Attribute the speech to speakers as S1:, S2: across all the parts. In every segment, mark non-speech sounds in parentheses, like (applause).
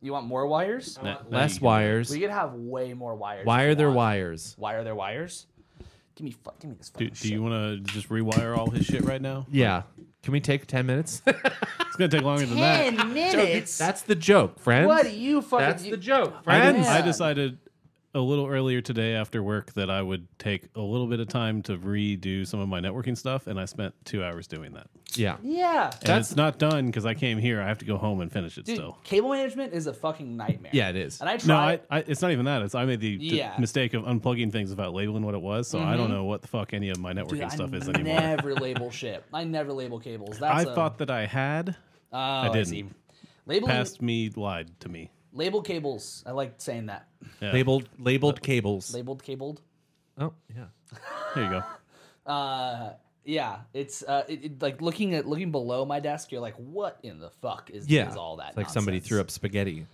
S1: You want more wires?
S2: Le-
S3: you
S2: less
S3: can-
S2: wires.
S1: We could have way more wires.
S2: Wire
S1: if you
S2: their
S1: want.
S2: wires.
S1: Wire their wires. Give me fuck. Give me this.
S3: Do,
S1: Fucking
S3: do
S1: shit.
S3: you want to just rewire all his shit right now?
S2: Yeah. Can we take 10 minutes?
S3: (laughs) It's gonna take longer than that.
S4: Ten minutes.
S2: That's the joke, friends.
S1: What do you fucking?
S2: That's
S1: you-
S2: the joke,
S3: I, did-
S2: friends.
S3: I
S1: Yeah.
S3: decided a little earlier today after work that I uh, would take a little bit of time to redo some of my networking stuff, and I spent two hours doing that.
S2: Yeah.
S1: Yeah.
S3: And it's not done because I came here. I have to go home and finish it
S1: Dude,
S3: still.
S1: cable management is a fucking nightmare.
S2: Yeah, it is.
S1: And I
S3: No,
S1: try.
S3: I, I, it's not even that. It's I made the d-
S1: Yeah. Mm-hmm.
S3: mistake of unplugging things without labeling what it was, so I don't know what the fuck any of my networking
S1: dude, I
S3: stuff is anymore.
S1: never (laughs) label shit. I never label cables.
S3: I
S1: That's a-
S3: thought that I had.
S1: Oh, I
S3: didn't.
S1: see. Labeling,
S3: Past me lied to me.
S1: label cables. I like saying that.
S3: Yeah.
S2: Labeled labeled cables.
S1: Labeled cabled.
S2: Oh, yeah.
S3: There you go.
S1: Uh, yeah, it's uh, it, it- like looking at looking below my desk. You're like, what in the fuck is,
S2: Yeah.
S1: is all that?
S2: It's like somebody
S1: nonsense?
S2: threw up spaghetti.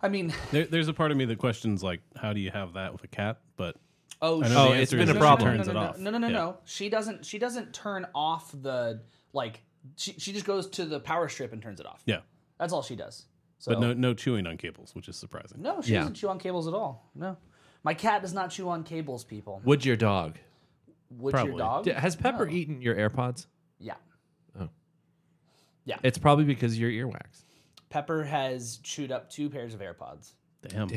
S1: I mean,
S3: There, there's a part of me that questions like, how do you have that with a cat? But
S1: oh,
S3: I
S1: shit.
S3: know
S2: Oh,
S3: the
S2: it's
S3: answer
S2: been
S3: is
S2: a
S3: that she
S2: problem.
S3: turns
S1: no, no,
S3: it
S1: no,
S3: off.
S1: No, no, no,
S3: Yeah.
S1: no. She doesn't. She doesn't turn off the like. She, she just goes to the power strip and turns it off.
S3: Yeah,
S1: That's all she does. So
S3: but no, no chewing on cables, which is surprising.
S1: Oh. no, she
S2: Yeah.
S1: doesn't chew on cables at all. No, my cat does not chew on cables. People,
S2: Would your dog?
S1: would
S3: probably.
S1: your dog?
S2: D- Has Pepper eaten your AirPods? Oh.
S1: yeah,
S2: It's probably because of your earwax.
S1: Pepper has chewed up two pairs of AirPods.
S3: Damn,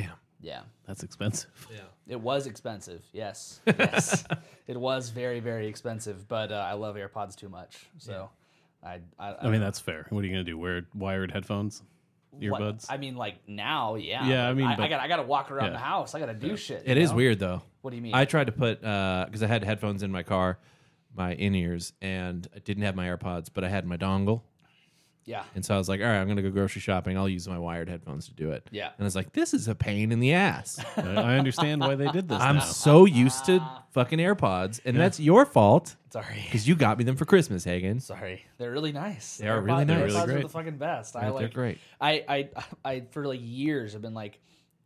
S1: Yeah,
S3: that's expensive.
S1: it was expensive. Yes,
S3: (laughs)
S1: yes, it was very, very expensive. But uh, I love AirPods too much, so I, I,
S3: I mean, that's fair. What are you gonna do? Wear wired headphones,
S1: what-
S3: earbuds?
S1: I mean, like now, yeah.
S3: Yeah, I
S1: like,
S3: mean,
S1: I,
S3: but-
S1: got I got to walk around
S3: yeah.
S1: the house. I got to do shit.
S2: It
S1: you
S2: is
S1: know?
S2: weird though.
S1: What do you mean?
S2: I tried to put because I had headphones in my car, my in ears, and I didn't have my AirPods, but I had my dongle,
S1: yeah.
S2: and so I was like, all right, I'm gonna go grocery shopping. I'll use my wired headphones to do it.
S1: Yeah.
S2: and I was like, this is a pain in the (laughs) ass.
S3: (laughs) I I understand why they did this.
S2: I'm
S3: now.
S2: so used to fucking AirPods, and that's your fault
S1: Sorry. (laughs)
S2: because you got me them for Christmas, Hagen.
S1: Sorry, they're really nice.
S2: They are really
S1: AirPods-
S2: nice.
S1: AirPods
S2: Really
S1: are the
S3: great.
S1: fucking best. I
S2: Yeah,
S1: like.
S2: they're great.
S1: I, I, I, for like years, have been like,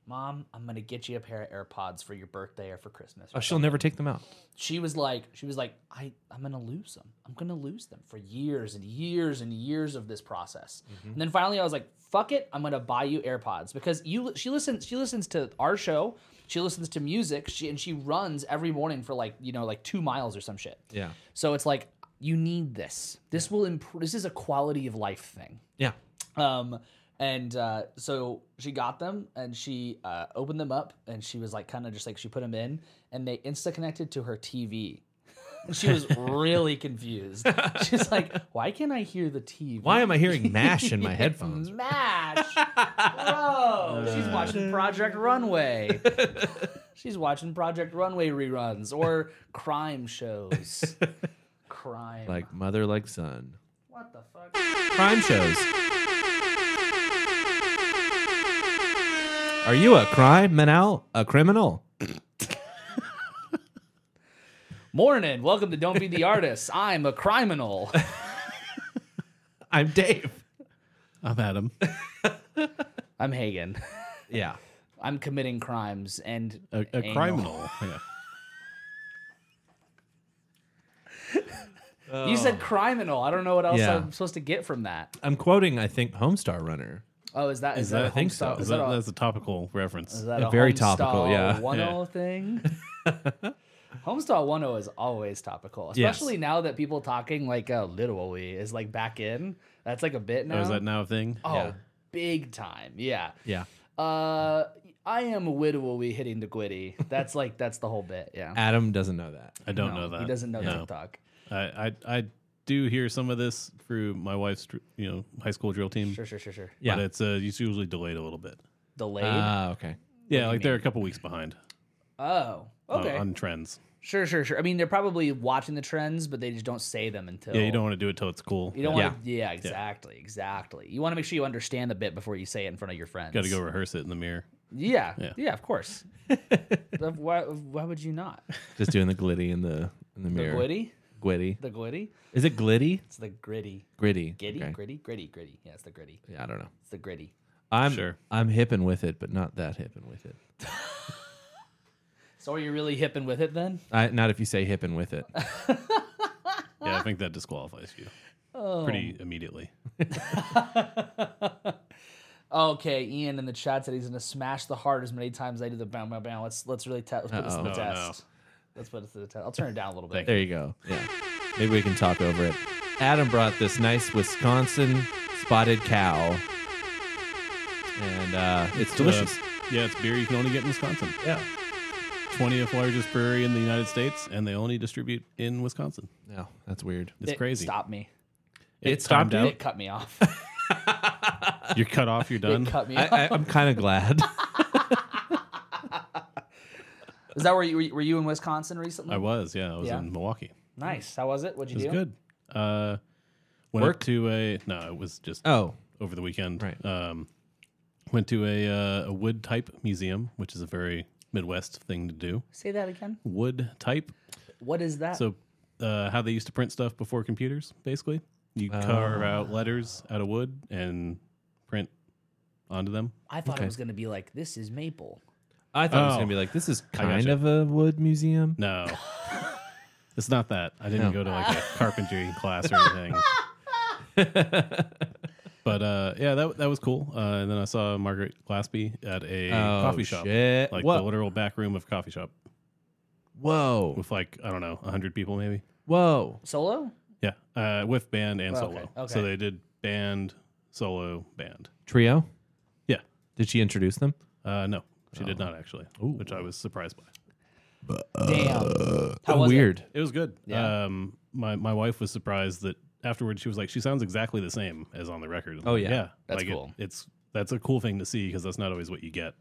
S1: "Mom, I'm gonna get you a pair of AirPods for your birthday or for Christmas." or
S2: Oh, she'll never take them out.
S1: she was like she was like I, i'm gonna lose them i'm gonna lose them for years and years and years of this process and then finally i was like fuck it i'm gonna buy you airpods because you she listens she listens to our show she listens to music she, and she runs every morning for like you know like two miles or some shit
S2: Yeah,
S1: so it's like you need this this will improve this is a quality of life thing
S2: yeah.
S1: um, and uh, so she got them and she uh, opened them up and she was like, kind of just like she put them in and they insta connected to her TV. she was really
S2: (laughs)
S1: confused. She's like, why can't I hear the TV?
S2: Why am I (laughs) hearing
S1: (laughs)
S2: mash in my (laughs) headphones? Uh.
S1: Mash! Whoa! She's watching Project
S2: (laughs)
S1: Runway. She's watching Project Runway reruns or crime
S2: (laughs)
S1: shows. Crime.
S2: Like mother, like son.
S1: what the fuck?
S2: Crime shows. Are you a criminal? A criminal?
S1: Morning. Welcome to Don't Be the Artist. I'm a criminal.
S2: I'm Dave.
S3: I'm Adam.
S1: I'm Hagen. (laughs)
S2: Yeah.
S1: I'm committing crimes and
S3: A, a
S1: (laughs) anal.
S3: criminal. Yeah.
S1: You said criminal. I don't know what else
S2: Yeah.
S1: I'm supposed to get from that.
S2: I'm quoting, I think, Homestar Runner.
S1: Oh, is that is,
S3: that-
S1: that,
S3: I
S1: a
S2: think
S1: Homestar-
S2: so.
S1: Is
S3: Is
S1: that,
S3: that-
S1: a,
S3: that's a topical reference.
S1: is that a
S2: Very
S1: Homestar (laughs)
S2: topical, yeah.
S1: 1-0
S3: Yeah. (laughs)
S1: thing. Homestar 1.0 is always topical, especially now that people talking like uh, literally is like back in. That's like a bit now.
S3: Oh, is that now a thing?
S1: Oh,
S2: Yeah.
S1: big time. Yeah.
S2: Yeah.
S1: Uh, I am literally hitting the quitty. That's like that's the whole bit. Yeah.
S3: (laughs)
S2: Adam doesn't know that.
S3: I don't
S1: No,
S3: know that.
S1: He doesn't know
S3: No.
S1: TikTok.
S3: I, I I do hear some of this through my wife's dr- you know high school drill team.
S1: Sure, sure, sure, sure.
S2: Yeah.
S3: But it's uh, it's usually delayed a little bit.
S1: Delayed.
S2: Ah, okay.
S3: Yeah, like they're a couple weeks behind
S1: oh.
S3: on-
S1: Okay.
S3: on, trends.
S1: Sure, sure, sure. I mean, they're probably watching the trends, but they just don't say them until.
S3: Yeah, you don't want to do it till it's cool.
S1: You don't
S2: Yeah.
S1: want to. Yeah, exactly, exactly. You want to make sure you understand the bit before you say it in front of your friends.
S3: Got to go rehearse it in the mirror.
S1: Yeah, yeah,
S3: Yeah.
S1: of course.
S3: (laughs)
S1: But why, why would you not?
S2: Just doing the glitty in the in
S1: The
S2: the mirror.
S1: glitty,
S2: Gwitty.
S1: the glitty.
S2: Is it glitty?
S1: It's the gritty,
S2: Gritty.
S1: giddy,
S2: Okay.
S1: gritty, gritty, gritty. Yeah, it's the gritty.
S2: Yeah, I don't know.
S1: It's the gritty.
S2: I'm
S3: Sure.
S2: I'm hipping with it, but not that hipping with it.
S1: So are you really hipping with it then?
S2: I, not if you say hipping
S1: (laughs)
S2: with it.
S3: Yeah, I think that
S1: Oh.
S3: disqualifies you pretty immediately.
S1: Okay, Ian in the chat said he's gonna smash the heart as many times as I do the bam bam bam. Let's let's really test. Let's put this to the
S3: Uh-oh. Oh, no.
S1: test. Let's put this to the test. I'll turn it down a little bit.
S2: There you go. Yeah. Maybe we can talk over it. Adam brought this nice Wisconsin spotted cow. And uh, it's delicious.
S3: yeah, it's beer you can only get in Wisconsin.
S2: yeah.
S3: 20th largest brewery in the United States, and they only distribute in Wisconsin.
S2: No, that's weird.
S3: It's
S1: It
S3: crazy.
S1: Stopped me.
S2: It stopped
S3: timed
S2: you?
S1: It cut me off.
S3: (laughs)
S1: (laughs)
S3: out. You're cut off. You're
S1: It
S3: done.
S1: cut me. off.
S2: I, I, I'm kind of
S1: (laughs)
S2: glad. (laughs)
S1: Is that where you were you- were you in Wisconsin recently?
S3: I was. Yeah, I was
S1: Yeah.
S3: in Milwaukee.
S1: nice. How was it? What'd
S3: It
S1: you
S3: was
S1: do?
S3: good. Uh, went up
S2: Work?
S3: to a no. It was just
S2: Oh,
S3: over the weekend.
S2: Right.
S3: Um, went to a uh, a wood type museum, which is a very Midwest thing to do.
S1: Say that again.
S3: Wood type.
S1: What is that?
S3: So uh, how they used to print stuff before computers, basically. You carve
S2: Oh.
S3: out letters out of wood and print onto them.
S1: I thought it was gonna be like this is maple.
S2: I thought it was
S3: Oh.
S2: going to be like, this is
S3: gotcha.
S2: kind of a wood museum. (laughs)
S3: No. it's not that. I didn't
S2: No.
S3: go to like a
S2: (laughs)
S3: carpentry class or anything. (laughs) but uh, yeah, that that was cool. Uh, and then I saw Margaret Glaspie at a
S2: Oh,
S3: coffee shop.
S2: shit.
S3: Like
S2: What?
S3: the literal back room of a coffee shop
S2: Whoa.
S3: with like, I don't know, 100 people maybe.
S2: Whoa.
S1: Solo?
S3: Yeah. Uh, with band and
S1: Oh, okay,
S3: solo.
S1: okay.
S3: So they did band, solo, band.
S2: Trio?
S3: Yeah.
S2: Did she introduce them?
S3: Uh, no, she did
S1: Oh.
S3: not actually, which I was surprised by.
S1: Damn. How was it?
S2: Weird.
S3: Uh, It was good.
S1: Yeah.
S3: Um, my my wife was surprised that afterwards she was like, she sounds exactly the same as on the record.
S2: Oh, yeah.
S3: yeah,
S1: That's
S3: like it-
S1: cool.
S3: it's that's a cool thing to see because that's not always what you get.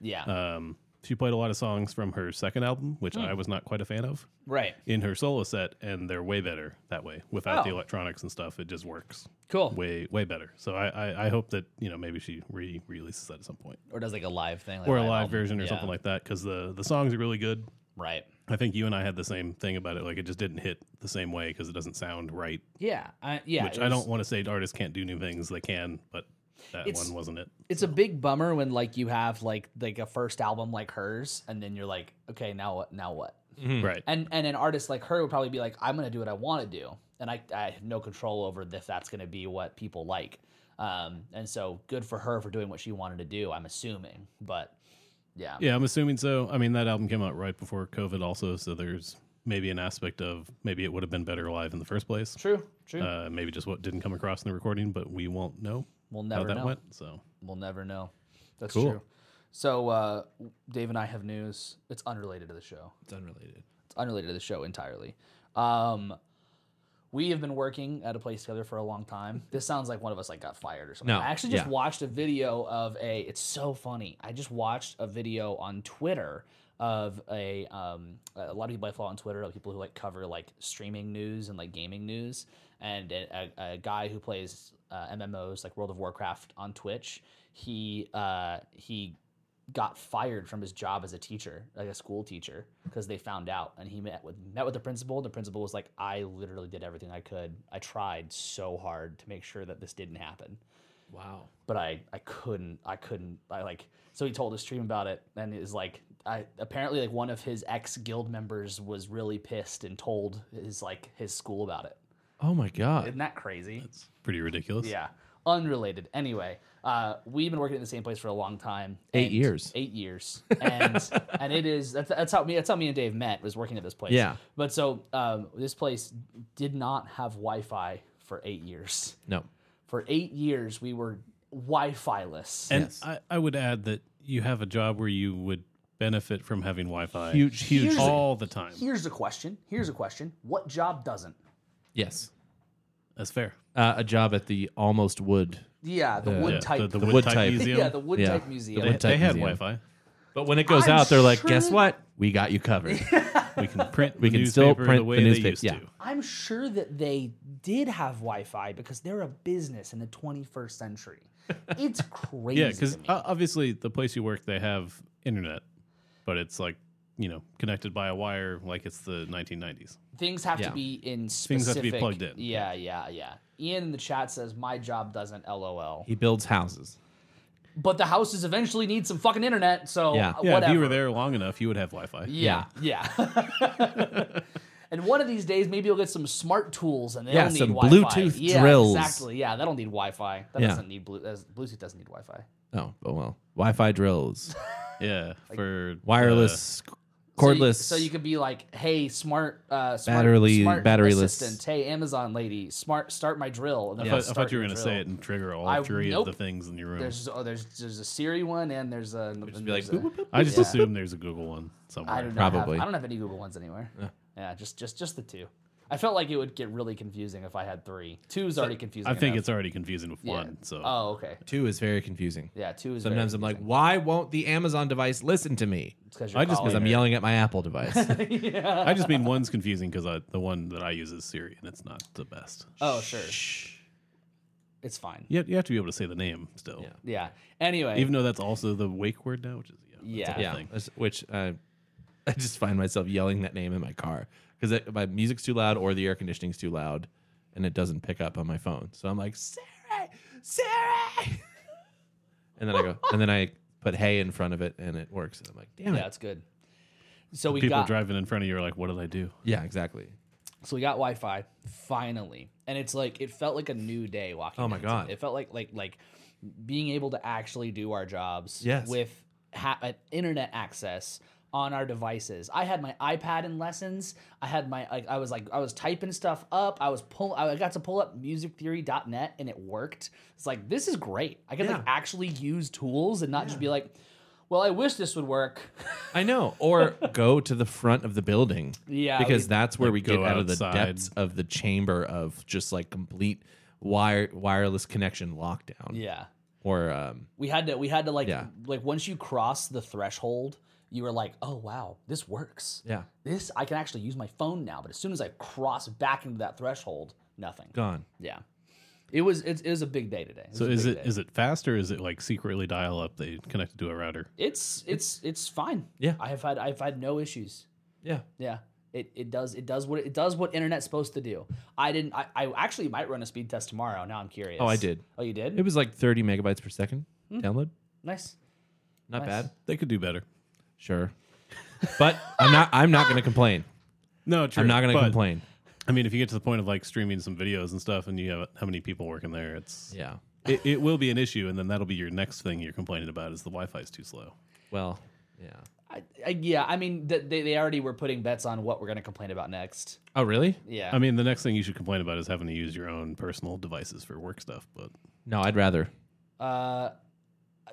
S1: Yeah.
S3: Um, she played a lot of songs from her second album, which
S1: Hmm.
S3: I was not quite a fan of,
S1: right.
S3: in her solo set, and they're way better that way without the
S1: Oh.
S3: electronics and stuff. It just works
S1: Cool.
S3: way way better. So I I, I hope that you know maybe she re releases that at some point
S1: Or does like a live thing, like
S3: or a live
S1: album.
S3: version or
S1: Yeah.
S3: something like that because the the songs are really good.
S1: Right.
S3: I think you and I had the same thing about it. Like it just didn't hit the same way because it doesn't sound right.
S1: Yeah. I, yeah.
S3: Which
S1: it
S3: I
S1: was-
S3: don't want to say artists can't do new things; they can, but that
S1: It's-
S3: one wasn't it.
S1: It's a big bummer when like you have like like a first album like hers, and then you're like, okay, now what? Now what?
S2: Hmm.
S3: Right?
S1: And and an artist like her would probably be like, I'm gonna do what I want to do, and I I have no control over if that's gonna be what people like. Um, and so good for her for doing what she wanted to do. I'm assuming, but yeah,
S3: Yeah, I'm assuming so. I mean, that album came out right before COVID, also, so there's maybe an aspect of maybe it would have been better live in the first place.
S1: true, true.
S3: Uh, maybe just what didn't come across in the recording, but we won't know
S1: we'll
S3: how
S1: never
S3: that
S1: know.
S3: went. So
S1: We'll never know. That's
S2: Cool.
S1: true. So uh, Dave and I have news. It's unrelated to the show.
S2: It's unrelated.
S1: It's unrelated to the show entirely. Um, we have been working at a place together for a long time. This sounds like one of us like got fired or something.
S2: No,
S1: I actually just
S2: yeah.
S1: watched a video of a. It's so funny. I just watched a video on Twitter of a um, a lot of people I follow on Twitter are people who like cover like streaming news and like gaming news, and a, a, a guy who plays uh, MMOs like World of Warcraft on Twitch. He uh, he got fired from his job as a teacher, like a school teacher, because they found out. And he met with met with the principal. The principal was like, "I literally did everything I could. I tried so hard to make sure that this didn't happen,
S2: Wow.
S1: but I I couldn't. I couldn't. I like." So he told his stream about it, and is like, "I apparently like one of his ex guild members was really pissed and told his like his school about it.
S2: Oh my God.
S1: Isn't that crazy?"
S3: it's pretty ridiculous.
S1: Yeah. Unrelated. Anyway, uh, we've been working in the same place for a long time.
S2: Eight
S1: and-
S2: years.
S1: Eight years. And and it is that's, that's how me that's how me and Dave met was working at this place.
S2: Yeah.
S1: But so um, this place did not have Wi-Fi for eight years.
S2: No.
S1: For eight years, we were Wi-Fi-less.
S3: And
S2: Yes.
S3: I, I would add that you have a job where you would benefit from having Wi Fi
S2: Huge, huge.
S3: all the time.
S1: Here's a question. Here's a question. What job doesn't?
S2: Yes.
S3: That's fair.
S2: Uh, a job at the Almost Wood.
S1: Yeah, the
S3: Yeah,
S1: wood type.
S3: The, the,
S1: the
S3: wood,
S2: wood
S3: type,
S2: type.
S1: (laughs)
S3: museum.
S1: yeah, the wood
S2: Yeah.
S1: type
S2: The
S1: museum.
S3: they,
S2: wood type
S3: they had Wi Fi.
S2: museum. But when it goes out, they're like, guess
S1: sure-
S2: what? We got
S1: (laughs)
S2: you covered.
S3: (laughs) We can print.
S2: We
S3: the
S2: can still
S3: newspaper
S2: print
S3: the
S2: the
S3: way
S2: newspaper,
S3: They used
S2: yeah.
S3: to.
S1: I'm sure that they did have Wi-Fi because they're a business in the 21st
S2: (laughs)
S1: century. It's crazy.
S3: Yeah, because
S1: to me.
S3: obviously the place you work they have internet, but it's like you know connected by a wire, like it's the 1990s.
S1: things have
S2: yeah.
S1: to be in specific.
S3: Things have to be plugged in.
S1: Yeah, yeah, yeah. Ian in the chat says my job doesn't. LOL.
S2: he builds houses.
S1: But the houses eventually need some fucking internet. So
S2: Yeah.
S1: uh,
S3: Yeah,
S1: whatever.
S3: if you were there long enough, you would have Wi-Fi.
S1: Yeah, (laughs) yeah. And one of these days, maybe you'll get some smart tools and they'll
S2: Yeah,
S1: need
S2: some
S1: Wi-Fi.
S2: Bluetooth
S1: yeah,
S2: drills.
S1: Exactly. Yeah, that'll need Wi-Fi. That
S2: Yeah.
S1: doesn't need Blu- that's- Bluetooth. Doesn't need Wi-Fi.
S2: Oh, oh well. Wi-Fi (laughs) drills,
S3: Yeah, for uh,
S2: wireless, cordless.
S1: So you, so you could be like, "Hey, smart, uh, smart,
S2: Batterily-
S1: smart
S2: batteryless.
S1: assistant. Hey, Amazon lady, smart, start my drill." And
S3: I,
S1: then
S2: Yeah.
S1: they'll
S3: thought, I
S1: start
S3: thought you were
S1: your
S3: going to say
S1: drill.
S3: it and trigger all
S1: I-
S3: three
S1: nope.
S3: of the things in your room.
S1: There's oh, there's there's a Siri one and there's a. and
S2: just be like,
S1: there's a-
S2: "Boop, boop, boop,
S3: I just
S1: Yeah.
S3: assume there's a Google one somewhere.
S1: I don't know.
S2: Probably.
S1: I don't have any Google ones anywhere. Yeah. just just just the two. I felt like it would get really confusing if I had three. Two's already confusing.
S3: I think
S1: enough.
S3: it's already confusing with
S1: Yeah.
S3: one. So
S1: Oh, okay.
S2: two is very confusing.
S1: Yeah, two is.
S2: Sometimes I'm like, why won't the Amazon device listen to me?
S1: because
S3: I just
S2: Because I'm yelling at my Apple
S1: (laughs)
S2: device.
S3: I just mean one's confusing because the one that I use is Siri, and it's not the best.
S1: Oh, sure. It's fine.
S3: You have, you have to be able to say the name still,
S2: Yeah.
S1: Yeah. Anyway,
S3: even though that's also the wake word now, which is yeah, that's
S1: Yeah.
S3: a whole
S2: yeah,
S3: thing.
S2: that's- which uh, (laughs) I just find myself yelling that name in my car because my music's too loud or the air conditioning's too loud, and it doesn't pick up on my phone. So I'm like, Siri, Siri, (laughs) and then I go, and then I put "Hey" in front of it, and it works. And I'm like, damn
S1: yeah,
S2: it,
S1: it's good. So we
S3: People
S1: got
S3: driving in front of you are like, "What did I do?"
S2: yeah, exactly.
S1: so we got Wi-Fi finally, and it's like it felt like a new day walking.
S2: Oh my
S1: into it.
S2: God.
S1: It felt like like like being able to actually do our jobs.
S2: Yes.
S1: With ha- uh, internet access on our devices. I had my iPad in lessons. I had my like I was like I was typing stuff up. I was pull I got to pull up musictheory.net and it worked. It's like this is great. I could like
S2: Yeah.
S1: actually use tools and not just be like, well, I wish this would work. (laughs)
S2: I know. Or go to the front of the building.
S1: Yeah,
S2: Because
S1: we-
S2: that's where we
S3: go
S2: get out of the
S3: outside.
S2: depths of the chamber of just like complete wire wireless connection lockdown.
S1: yeah.
S2: Or um
S1: we had to we had to like
S2: Yeah.
S1: like once you cross the threshold you were like oh wow this works
S2: yeah,
S1: this i can actually use my phone now but as soon as i cross back into that threshold nothing
S2: gone.
S1: yeah it was it, it was a big day today
S3: So is
S1: it, was a
S3: it
S1: big day.
S3: is it fast or is it like secretly dial up? They connected to a router.
S1: it's it's it's fine
S2: Yeah.
S1: i have had i've had no issues
S2: Yeah.
S1: yeah it, it does it does what it does what internet's supposed to do i didn't I, I actually might run a speed test tomorrow now i'm curious
S2: Oh, I did.
S1: oh you did
S2: It was like 30 megabytes per second download.
S1: nice
S2: Not
S1: Nice.
S2: bad.
S3: They could do better.
S2: Sure. But I'm not I'm not going to complain.
S3: No, true.
S2: I'm not going to
S3: But,
S2: complain.
S3: I mean, if you get to the point of like streaming some videos and stuff, and you have how many people working there, it's
S2: Yeah.
S3: it, it will be an issue, and then that'll be your next thing you're complaining about is the Wi-Fi is too slow.
S2: Well, yeah.
S1: I, I, yeah i mean th- they, they already were putting bets on what we're going to complain about next
S2: Oh, really?
S1: yeah
S3: I mean, the next thing you should complain about is having to use your own personal devices for work stuff. But
S2: No, I'd rather.
S1: Uh,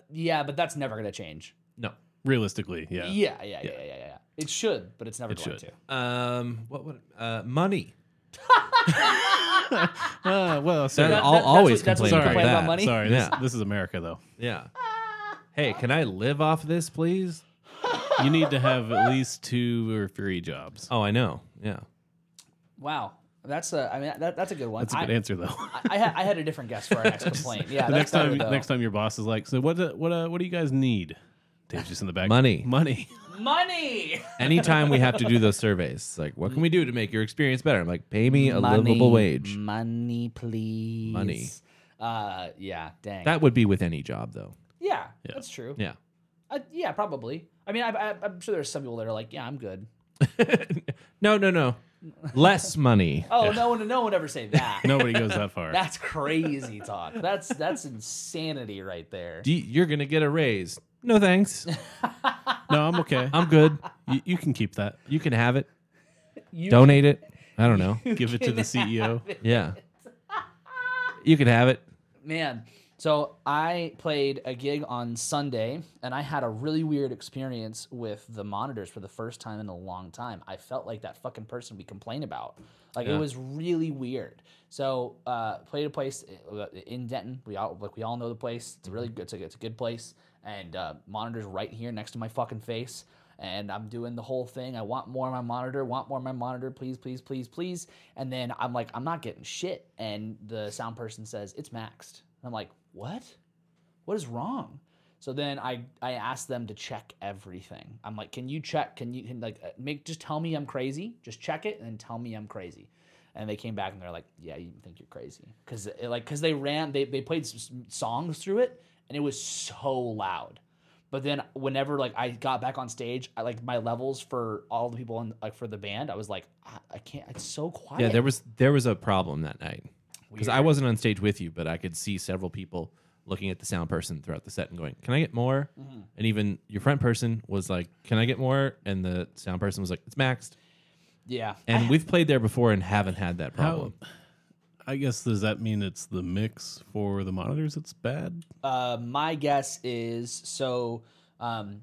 S1: yeah, but that's never going to change.
S2: No.
S3: realistically, yeah,
S1: Yeah, yeah, yeah, yeah, yeah. yeah, It should, but it's never
S3: It
S1: going
S3: should.
S1: to.
S2: Um what would uh money.
S3: Uh,
S1: that-
S3: well, sorry,
S2: That, I'll
S1: that's what-
S2: always
S1: that's what
S2: complain,
S1: you
S2: about,
S1: complain about
S2: that.
S1: money?
S3: sorry. This,
S2: Yeah.
S3: this is America, though.
S2: Yeah. (laughs) Hey, can I live off this, please?
S3: You need to have at least two or three jobs.
S2: Oh, I know. Yeah.
S1: Wow, that's a. I mean, that, that's a good one.
S3: That's a good
S1: I,
S3: answer, though. (laughs)
S1: I, I, had, I had a different guess for our next complaint. Yeah, that's
S3: the next time,
S1: better, though.
S3: next time your boss is like, "So what? Uh, what? Uh, what do you guys need?" Dave's just in the back.
S2: Money.
S3: Money. (laughs)
S1: money.
S2: Anytime we have to do those surveys, like, what can we do to make your experience better? I'm like, pay me a livable wage.
S1: money, please,
S2: Money.
S1: Uh, yeah, dang.
S2: That would be with any job, though.
S1: yeah, that's true.
S2: Yeah.
S1: Uh, yeah, probably. I mean, I, I, I'm sure there's some people that are like, yeah, I'm good.
S2: No, no, no. Less money. (laughs)
S1: Oh no one, no one ever say that.
S3: Nobody goes that far.
S1: That's crazy talk. That's that's insanity right there.
S2: Do you, you're going to get a raise. No, thanks.
S3: No, I'm okay.
S2: I'm good.
S3: you, you can keep that.
S2: You can have it.
S1: You
S2: Donate it. I
S3: (laughs)
S2: don't know.
S3: Give it to the E CEO.
S2: Yeah. You can have it.
S1: Man, so I played a gig on Sunday and I had a really weird experience with the monitors for the first time in a long time. I felt like that fucking person we complain about. Like it was really weird. So uh, played a place uh, in Denton. We all like we all know the place. It's a
S2: Mm-hmm.
S1: really good. It's a, it's a good place. And uh, monitors right here next to my fucking face. And I'm doing the whole thing. I want more of my monitor. Want more of my monitor. Please, please, please, please. And then I'm like, I'm not getting shit. And the sound person says it's maxed. And I'm like, what? What is wrong? So then I I asked them to check everything. I'm like, can you check? Can you can like uh, make just tell me I'm crazy? Just check it and tell me I'm crazy. And they came back and they're like, yeah, you think you're crazy because like because they ran they they played s- s- songs through it and it was so loud. But then whenever like I got back on stage, I like my levels for all the people in like for the band, I was like, I, I can't. It's so quiet.
S2: Yeah, there was there was a problem that night because I wasn't on stage with you, but I could see several people looking at the sound person throughout the set and going, "Can I get more?" And even your front person was like, "Can I get more?" And the sound person was like, "It's maxed."
S1: yeah.
S2: And we've played there before and haven't had that problem.
S3: I guess does that mean it's the mix for the monitors that's bad?
S1: Uh, my guess is so. Um,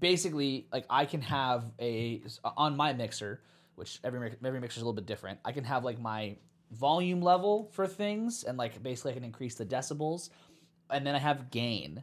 S1: basically, like I can have a on my mixer, which every mi- every mixer is a little bit different. I can have like my volume level for things, and like basically I can increase the decibels, and then I have gain.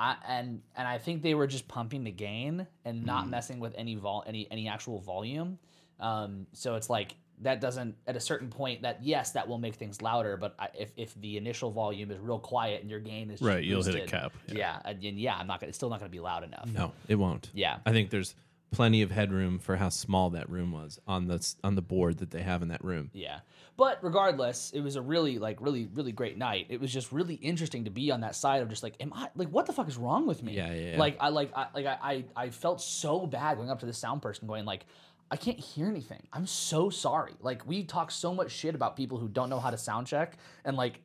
S1: I, and and I think they were just pumping the gain and not
S3: Mm.
S1: messing with any vol any any actual volume. Um, so it's like that doesn't at a certain point that yes that will make things louder, but I, if if the initial volume is real quiet and your gain is just
S3: Right, you'll hit a
S1: boosted,
S3: cap,
S1: Yeah, and, and yeah, I'm not gonna it's still not gonna be loud enough.
S2: No, it won't.
S1: Yeah.
S2: I think there's plenty of headroom for how small that room was on the s- on the board that they have in that room.
S1: Yeah. But regardless, it was a really like really really great night. It was just really interesting to be on that side of just like am I like what the fuck is wrong with me?
S2: Yeah, yeah, yeah.
S1: Like I like I like I I, I felt so bad going up to the sound person going like I can't hear anything. I'm so sorry. Like we talk so much shit about people who don't know how to sound check and like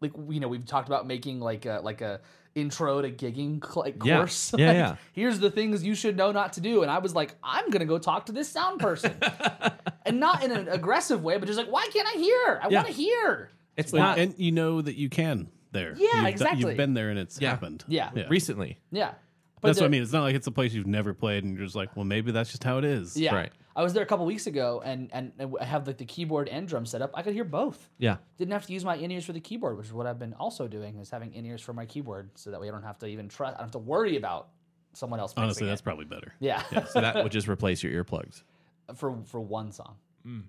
S1: like you know we've talked about making like a like a intro to gigging cl- like
S2: Yeah.
S1: course.
S2: Yeah,
S1: (laughs) Like,
S2: yeah.
S1: Here's the things you should know not to do and I was like I'm going to go talk to this sound person and not in an aggressive way, but just like, why can't I hear? I want to hear.
S2: It's
S3: Well,
S2: not
S3: and you know that you can there.
S1: Yeah,
S3: You've do-
S1: exactly.
S3: you've been there and it's
S2: Yeah.
S3: happened.
S1: Yeah.
S2: recently.
S1: Yeah, but
S3: That's what I
S1: the-
S3: mean. It's not like it's a place you've never played and you're just like, well, maybe that's just how it is.
S1: Yeah,
S2: Right.
S1: I was there a couple weeks ago, and and and I have like the keyboard and drum set up. I could hear both.
S2: Yeah.
S1: Didn't have to use my in ears for the keyboard, which is what I've been also doing is having in ears for my keyboard, so that way I don't have to even trust. I don't have to worry about someone else. Mixing
S3: Honestly,
S1: it.
S3: that's probably better.
S1: yeah,
S2: So that would just replace your earplugs.
S1: (laughs) for for one song. (laughs)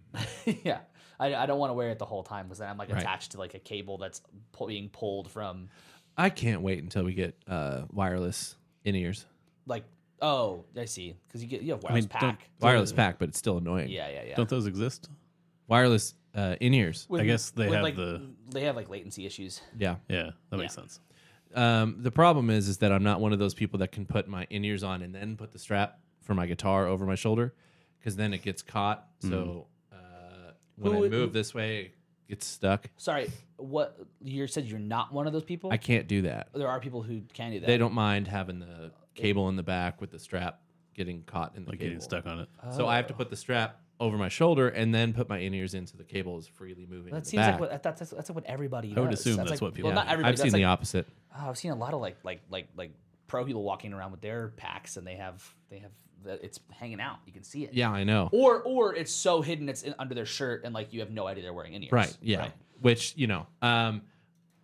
S1: yeah, I, I don't want to wear it the whole time because then I'm like attached to like a cable that's pu- being pulled from
S2: I can't wait until we get uh, wireless in ears.
S1: like oh I see because you get you have wireless
S3: mean, don't-
S1: pack.
S2: Wireless pack, but it's still annoying.
S1: Yeah, yeah, yeah.
S3: Don't those exist?
S2: Wireless uh, in ears.
S1: With-
S3: I guess they
S1: with,
S3: have
S1: like,
S3: the-
S1: they have like latency issues.
S2: Yeah.
S3: Yeah, that makes sense.
S2: Um, the problem is, is that I'm not one of those people that can put my in ears on and then put the strap for my guitar over my shoulder, because then it gets caught. So
S1: Mm-hmm.
S2: uh, when
S1: Who-
S2: I move this way, it gets stuck.
S1: Sorry, what you said? You're not one of those people.
S2: I can't do that.
S1: there are people who can do that.
S2: They don't mind having the cable in the back with the strap getting caught in the
S3: Like
S2: cable.
S3: getting stuck on it.
S2: So I have to put the strap over my shoulder and then put my in ears in so the cable is freely moving. in
S1: that
S2: the
S1: seems
S2: back.
S1: like what, that's, that's that's what everybody.
S3: I would
S1: does.
S3: assume that's
S1: like-
S3: what people
S1: Well, not
S3: do.
S1: everybody.
S2: I've seen the
S1: like,
S2: opposite.
S1: oh, I've seen a lot of like like like like pro people walking around with their packs, and they have they have the, it's hanging out. You can see it.
S2: Yeah, I know.
S1: Or or it's so hidden it's in, under their shirt, and like you have no idea they're wearing in ears.
S2: Right. Yeah. Which you know, um,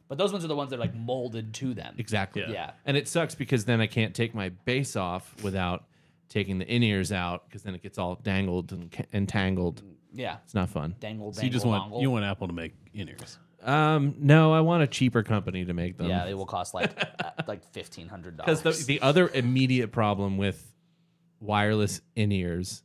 S1: But those ones are the ones that are like molded to them.
S2: exactly.
S1: Yeah. Yeah.
S2: And it sucks because then I can't take my bass off without taking the in ears out because then it gets all dangled and ca- entangled.
S1: Yeah.
S2: It's not fun.
S1: Dangle, dangle,
S3: So you just want
S1: dongle.
S3: you want Apple to make in ears.
S2: Um, no, I want a cheaper company to make them.
S1: yeah, they will cost like (laughs) uh, like fifteen hundred dollars.
S2: Because the, the other immediate problem with wireless in ears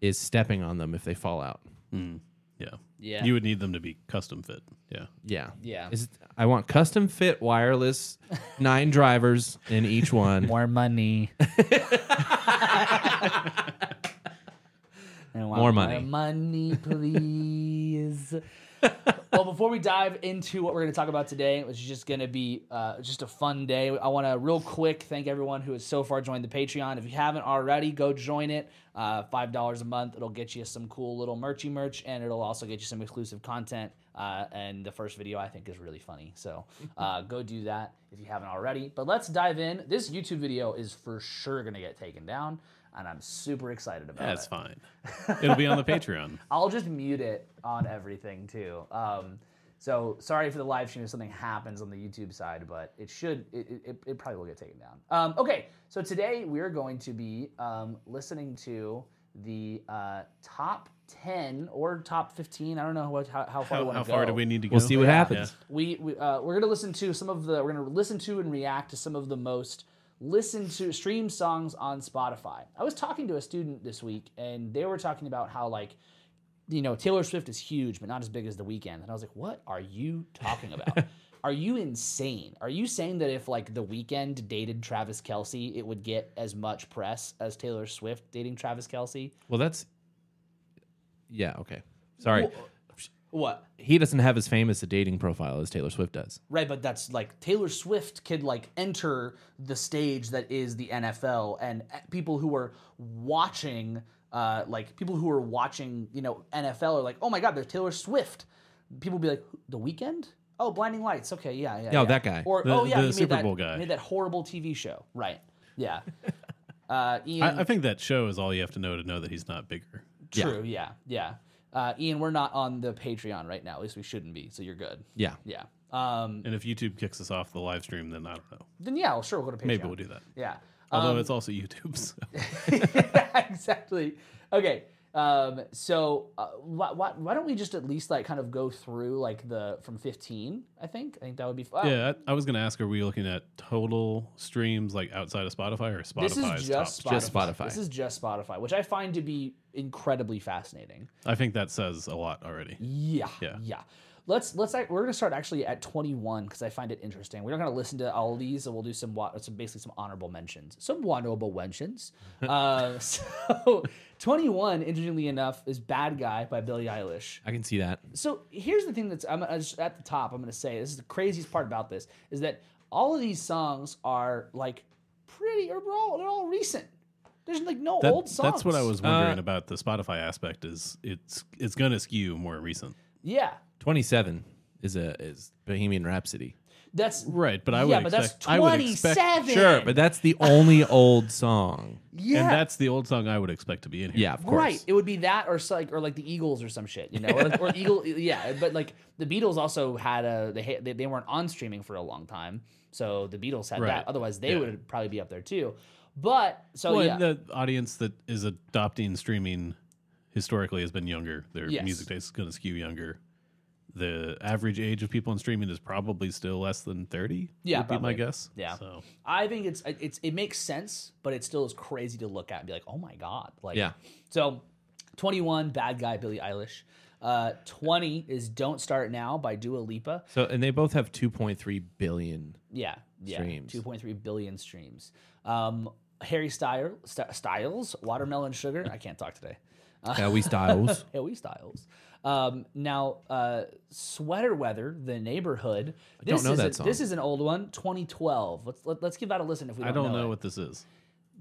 S2: is stepping on them if they fall out.
S3: Yeah.
S1: Yeah.
S3: You would need them to be custom fit. Yeah.
S2: Yeah.
S1: Yeah.
S2: Is it, I want custom
S1: (laughs)
S2: fit wireless, nine drivers in each one.
S1: More
S2: (laughs)
S1: money. I want
S2: More money.
S1: money, please. well, before we dive into what we're going to talk about today, which is just going to be uh, just a fun day, I want to real quick thank everyone who has so far joined the Patreon. If you haven't already, go join it. Uh, Five dollars a month. It'll get you some cool little merchy merch, and it'll also get you some exclusive content. Uh, and the first video I think is really funny, so uh, go do that if you haven't already. But let's dive in. This YouTube video is for sure going to get taken down, and I'm super excited about it.
S3: That's fine.
S1: (laughs)
S3: It'll be on the Patreon.
S1: I'll just mute it on everything too. Um, so sorry for the live stream if something happens on the YouTube side, but it should it, it- it, it probably will get taken down. Um, okay, so today we're going to be um, listening to the uh, top ten or top fifteen. I don't know what, how, how far we
S3: How,
S1: want to
S3: how
S1: go.
S3: far do we need to go?
S2: We'll see what happens.
S1: We, we uh, we're gonna listen to some of the we're gonna listen to and react to some of the most listened to stream songs on Spotify. I was talking to a student this week, and they were talking about how like you know Taylor Swift is huge, but not as big as The Weeknd. And I was like, what are you talking about? are you insane? Are you saying that if like The Weekend dated Travis Kelsey, it would get as much press as Taylor Swift dating Travis Kelsey?
S2: Well, that's yeah. Okay, sorry.
S1: What?
S2: he doesn't have as famous a dating profile as Taylor Swift does.
S1: Right, but that's like Taylor Swift could like enter the stage that is the NFL, and uh, people who are watching, uh, like people who are watching, you know, NFL are like, oh my god, there's Taylor Swift. People be like, The Weekend? Oh, Blinding Lights. Okay, yeah, yeah.
S2: Yeah,
S1: yeah.
S2: that guy.
S1: Or oh yeah,
S3: the
S1: he made
S3: Super
S1: that,
S3: Bowl guy.
S1: made that horrible TV show. Right.
S3: (laughs)
S1: Yeah. uh, Ian,
S3: I, I think that show is all you have to know to know that he's not bigger.
S1: true. Yeah, yeah. Uh, Ian, we're not on the Patreon right now. At least we shouldn't be. So you're good.
S2: Yeah.
S1: Yeah. Um,
S3: And if YouTube kicks us off the live stream, then I don't know.
S1: then yeah, well, sure, Um, we'll go to Patreon.
S3: Maybe we'll do that.
S1: Yeah.
S3: Although it's also YouTube.
S1: (laughs)
S3: (laughs) So.
S1: exactly. Okay. Um, so uh, why, why, why don't we just at least like kind of go through like the from 15 i think i think that would be fun
S3: Yeah, I, I was going to ask: Are we looking at total streams like outside of Spotify or Spotify's
S1: this is just
S3: top?
S1: spotify.
S2: Just Spotify.
S1: this is just spotify which i find to be incredibly fascinating
S3: I think that says a lot already.
S1: yeah
S3: Yeah.
S1: let's let's act- we're gonna start actually at 21 because i find it interesting we're not gonna listen to all these so we'll do some wa- some basically some honorable mentions some honorable
S3: (laughs)
S1: mentions uh, (laughs) so 21 interestingly enough is bad guy by billie eilish
S2: I can see that.
S1: so here's the thing that's I'm, I just- at the top. I'm going to say this is the craziest part about this is that all of these songs are like pretty or they're all, they're all recent. There's like no
S3: That-
S1: old songs.
S3: that's what I was wondering
S2: Uh,
S3: about the Spotify aspect. Is it's it's going to skew more recent,
S1: Yeah,
S2: Twenty-seven is a is Bohemian Rhapsody.
S1: that's
S3: right? But I would
S1: yeah, but
S3: expect,
S1: that's
S3: I would expect,
S1: 27.
S2: Sure, but that's the
S1: (laughs)
S2: only old song.
S1: yeah,
S3: and that's the old song I would expect to be in here.
S2: Yeah, of course.
S1: right. It would be that or so- like or like the Eagles or some shit, you know, or, like, or Eagle. (laughs) Yeah, but like the Beatles also had a they ha- they, they weren't on streaming for a long time, so the Beatles had
S3: Right.
S1: that. Otherwise, they
S3: Yeah.
S1: would probably be up there too. But so
S3: well,
S1: Oh, yeah.
S3: and the audience that is adopting streaming historically has been younger. Their
S1: Yes.
S3: music taste is going to skew younger. The average age of people in streaming is probably still less than thirty.
S1: Yeah,
S3: would be my
S1: probably.
S3: guess.
S1: Yeah.
S3: So
S1: I think it's it's it makes sense, but it still is crazy to look at and be like, oh my god, like
S2: Yeah.
S1: So, twenty one, bad guy Billie Eilish. Uh, twenty is "Don't Start Now" by Dua Lipa.
S2: So and they both have two point three billion.
S1: Yeah, yeah,
S2: Streams.
S1: two point three billion streams. Um, Harry Styles, St- Styles, Watermelon Sugar. I can't talk today.
S2: Uh, we styles.
S1: Harry Styles. Um, now, uh, Sweater Weather, The Neighborhood. This
S2: know
S1: is
S2: that
S1: a-
S2: song.
S1: This is an old one, 2012. Let's let, let's give that a listen if we
S3: I
S1: don't,
S3: don't know
S1: it.
S3: what this is.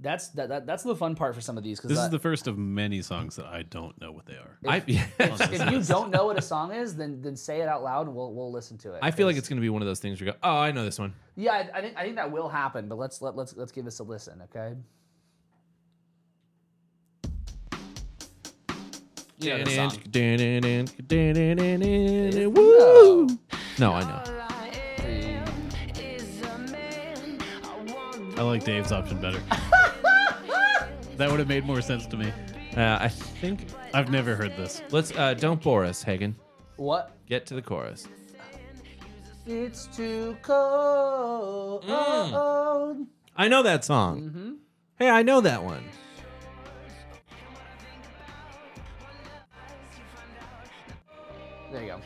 S1: That's that, that that's the fun part for some of these because
S3: This is the first of many songs that I don't know what they are.
S2: I
S1: if you don't know what a song is, then then say it out loud and we'll we'll listen to it.
S2: I feel like
S1: 'Cause-
S2: it's gonna be one of those things where you go, oh, I know this one.
S1: yeah, I, I think I think that will happen, but let's let let's let's give this a listen, okay? You know this song.
S2: Woo! No, I know.
S3: I like Dave's
S1: (laughs)
S3: option better. that would have made more sense to me.
S2: Uh, I think
S3: I've never heard this.
S2: let's uh, don't bore us, Hagen.
S1: What?
S2: Get to the chorus.
S1: It's too cold.
S3: Mm.
S2: I know that song. Hey, I know that one.
S1: There you go.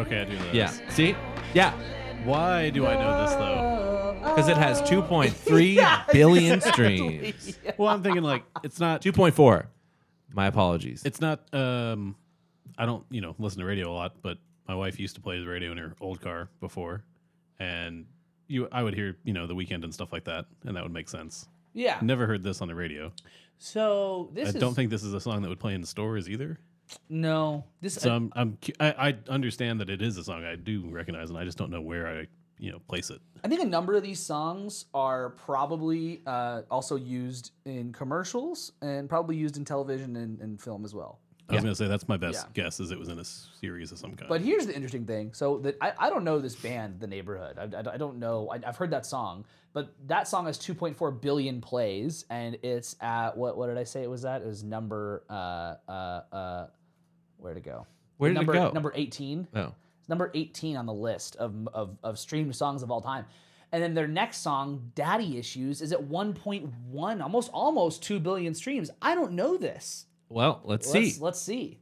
S3: Okay, I do know
S2: Yeah.
S3: this.
S2: See? Yeah.
S3: Why do I know this though?
S2: Because it
S1: (laughs)
S2: has 2.3
S1: Yeah,
S2: billion streams.
S3: Well, I'm thinking like it's not
S2: 2.4. My apologies.
S3: it's not um I don't, you know, listen to radio a lot, but my wife used to play the radio in her old car before and you I would hear, you know, the weekend and stuff like that, and that would make sense.
S1: Yeah.
S3: Never heard this on the radio.
S1: So this
S3: I
S1: is
S3: don't think this is a song that would play in stores either.
S1: no. This
S3: So I'm, I'm cu- I, I understand that it is a song I do recognize, and I just don't know where I you know place it.
S1: I think a number of these songs are probably uh, also used in commercials and probably used in television and, and film as well.
S3: I was gonna say that's my best
S1: Yeah.
S3: guess is it was in a series of some kind.
S1: But here's the interesting thing. So that I, I don't know this band, The Neighborhood. I, I- I don't know. I, I've heard that song, but that song has 2.4 billion plays, and it's at what? What did I say it was at? It was number uh uh uh. Where to go?
S2: Where did it
S1: number,
S2: go?
S1: Number 18.
S2: oh.
S1: It's number 18 on the list of, of, of streamed songs of all time. And then their next song, Daddy Issues, is at 1.1, almost almost 2 billion streams. I don't know this.
S2: Well, let's,
S1: Let's,
S2: see.
S1: Let's see.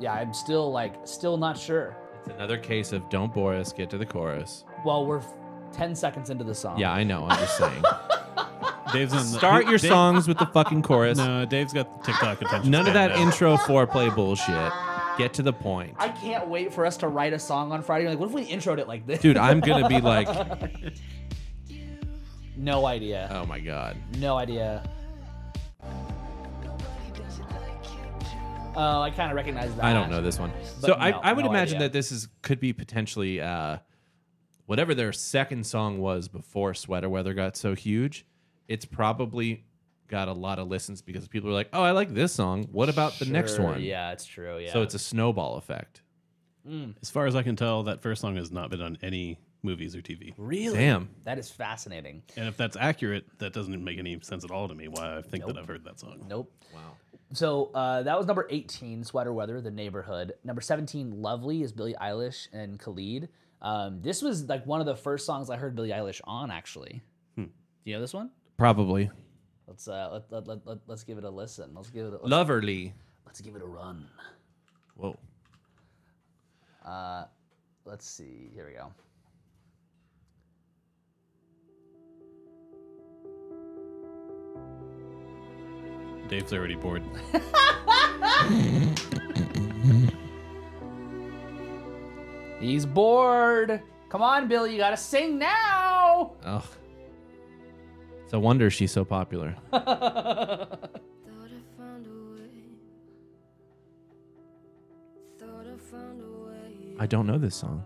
S1: yeah, I'm still like still not sure.
S2: It's another case of don't bore us, get to the chorus.
S1: Well, we're f- ten seconds into the song.
S2: Yeah, I know. I'm just saying.
S3: Dave's on the,
S2: Start
S3: (laughs)
S2: your
S3: Dave-
S2: songs with the fucking chorus.
S3: No, Dave's got the
S2: (laughs)
S3: TikTok attention.
S2: None
S3: span
S2: of that
S3: now.
S2: intro foreplay bullshit. Get to the point.
S1: I can't wait for us to write a song on Friday. Like, what if we introed it like this?
S2: Dude, I'm going to be like,
S1: (laughs) no idea.
S2: oh my God.
S1: No idea. Oh, I kind of recognize that.
S2: I don't know this one.
S1: But no,
S2: so I, I would
S1: no
S2: imagine
S1: idea.
S2: that this is could be potentially uh, whatever their second song was before Sweater Weather got so huge. It's probably got a lot of listens because people are like, "Oh, I like this song. What about the next
S1: Sure,
S2: one?"
S1: Yeah, it's true. Yeah.
S2: So it's a snowball effect.
S3: As far as I can tell, that first song has not been on any movies or TV.
S1: really
S2: Damn.
S1: that is fascinating.
S3: And if that's accurate, that doesn't make any sense at all to me. Why I think that I've heard that song.
S1: Nope. Wow. So uh, that was number 18, Sweater Weather, The Neighborhood. Number 17, Lovely, is Billie Eilish and Khalid. Um, this was like one of the first songs I heard Billie Eilish on, actually.
S2: Hmm.
S1: Do you know this one?
S2: Probably.
S1: Let's uh, let, let, let, let, let's give it a listen. Let's give it a, let's,
S2: Loverly.
S1: let's give it a run.
S2: Whoa.
S1: Let's see. Here we go.
S3: Dave's already
S2: (laughs)
S3: bored.
S1: He's bored. Come on, Billy, you gotta sing now.
S2: Ugh. It's a wonder she's so popular.
S4: Thought I found a way. Thought I found
S2: (laughs)
S4: a way.
S2: I don't know this song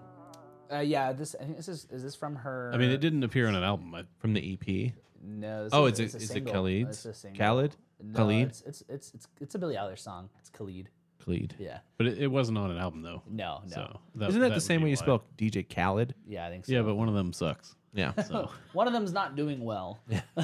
S1: Uh, yeah, this I think this is is this from her?
S3: I mean, it didn't appear on an album. I,
S2: from the EP.
S1: No. This
S2: Oh,
S1: is,
S2: is it
S1: it's a
S2: is it
S1: single.
S2: Khalid's?
S1: It's a single.
S2: Khalid?
S1: No,
S2: Khalid?
S1: It's, it's it's it's it's a Billie Eilish song. It's Khalid.
S2: Khalid.
S1: Yeah.
S3: but it, it wasn't on an album though.
S1: No. No.
S3: So that,
S2: Isn't that,
S3: would
S2: the same
S3: be
S2: way you
S3: why.
S2: spell DJ Khaled?
S1: Yeah, I think so.
S3: (laughs) Yeah, but one of them
S2: (laughs)
S3: sucks.
S2: Yeah.
S3: So
S1: One of them's not doing
S3: (laughs)
S1: well. (laughs)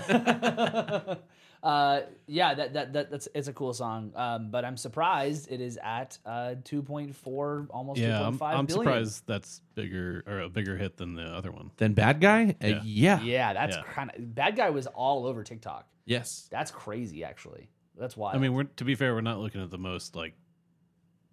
S1: uh, yeah, that, that that that's it's a cool song. Um, but I'm surprised it is at uh 2.4 almost
S3: yeah,
S1: 2.5
S3: I'm, I'm
S1: billion.
S3: surprised that's bigger or a bigger hit than the other one.
S2: Then bad guy? Uh,
S3: Yeah.
S2: yeah.
S1: Yeah, that's
S3: Yeah.
S1: kind of bad guy was all over TikTok.
S2: Yes.
S1: That's crazy, actually. That's wild.
S3: I mean, we're to be fair, we're not looking at the most like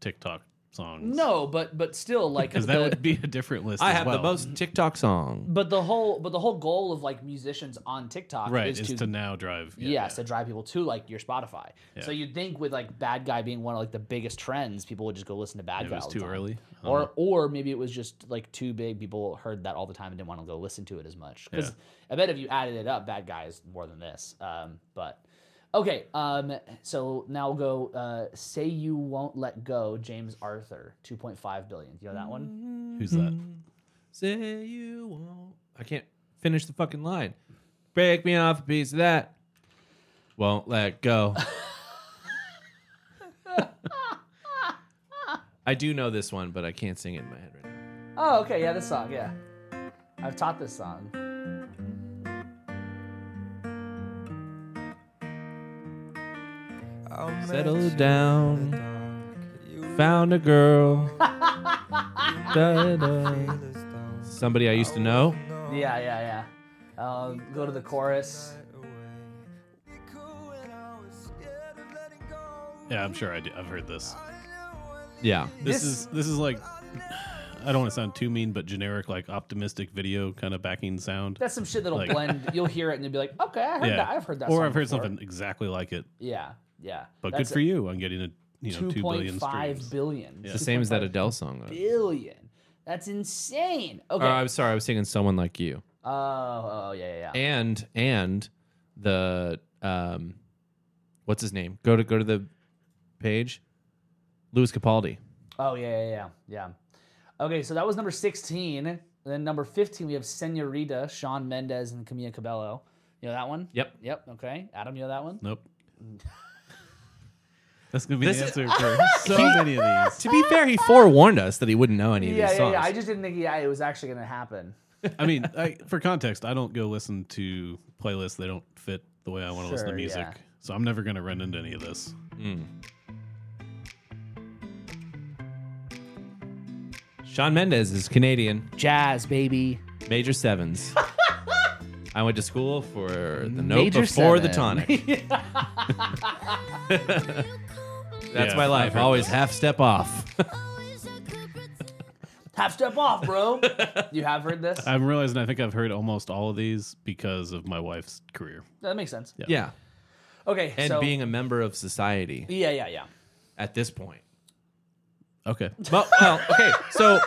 S3: TikTok songs.
S1: no, but but still, like,
S3: (laughs) because
S1: the-
S3: that would be a different list.
S2: I
S3: as
S2: have the
S3: well.
S2: most TikTok song.
S1: But the whole but the whole goal of like musicians on TikTok
S3: right
S1: is, to,
S3: now drive.
S1: yes to drive people to like your Spotify. So
S3: Yeah.
S1: you'd think with like bad guy being one of like the biggest trends, people would just go listen to bad
S3: It
S1: guy.
S3: was
S1: all the
S3: too
S1: time.
S3: early. I
S1: Or, or maybe it was just like too big. People heard that all the time and didn't want to go listen to it as much. Because I bet if you added it up, bad guy is more than this. Um, but okay, um, so now we'll go. Uh, Say you won't let go, James Arthur, two point five billion. Do you know that one? (laughs)
S3: Who's that?
S2: Say you won't. I can't finish the fucking line. Break me off a piece of that. Won't let go. I do know this one, but I can't sing it in my head right now.
S1: Oh, okay, yeah, this song, yeah. I've taught this song.
S2: Settled down, found a girl. Da-da. Somebody I used to know.
S1: Yeah, yeah, yeah. Um, go to the chorus.
S3: Yeah, I'm sure I do. I've heard this.
S2: Yeah.
S3: This,
S1: This-
S3: is this is like (sighs) I don't want to sound too mean, but generic like optimistic video kind of backing sound.
S1: That's some shit that'll
S3: Like-
S1: blend. You'll hear it and you'll be like, okay, I heard that. I've heard that.
S3: Or
S1: song
S3: I've heard
S1: before.
S3: something exactly like it.
S1: Yeah, yeah.
S3: But good for you on getting a you know two billion streams.
S1: 2.5 billion.
S2: It's the same as that Adele song. though.
S1: billion. That's insane. Okay.
S2: Or, I'm sorry, I was singing "Someone Like You,"
S1: oh, oh, yeah, yeah, yeah.
S2: and and the um, what's his name? Go to go to the page, Louis Capaldi.
S1: Oh, yeah, yeah, yeah, yeah. Okay, so that was number 16. Then number 15, we have Senorita, Sean Mendez, and Camila Cabello. You know that one?
S2: Yep.
S1: Yep. Okay. Adam, you know that one?
S3: Nope. (laughs) That's gonna be
S2: This
S3: the
S1: (laughs)
S2: is-
S3: answer for so many of these.
S2: To be fair, he forewarned us that he wouldn't know any of
S1: Yeah,
S2: these
S1: yeah,
S2: songs.
S1: yeah. I just didn't think yeah, it was actually going to happen.
S3: I mean, I, for context, I don't go listen to playlists. They don't fit the way I want to listen to
S1: Sure,
S3: music.
S1: yeah.
S3: So I'm never going to run into any of this.
S2: Sean Mendez is Canadian,
S1: Jazz, baby.
S2: major sevens.
S1: (laughs)
S2: I went to school for the note
S1: Major
S2: (laughs) before the
S1: seven.
S2: tonic.
S1: (laughs)
S2: That's
S3: Yeah,
S2: my
S3: I've
S2: life.
S3: heard
S2: Always half step off.
S1: Half step off,
S3: (laughs)
S1: bro. you have heard this?
S3: I'm realizing I think I've heard almost all of these because of my wife's career.
S1: That makes sense.
S3: Yeah.
S2: yeah.
S1: Okay,
S2: And
S1: so
S2: being a member of society
S1: yeah, yeah, yeah.
S2: at this point.
S3: Okay.
S2: Well, well, okay. So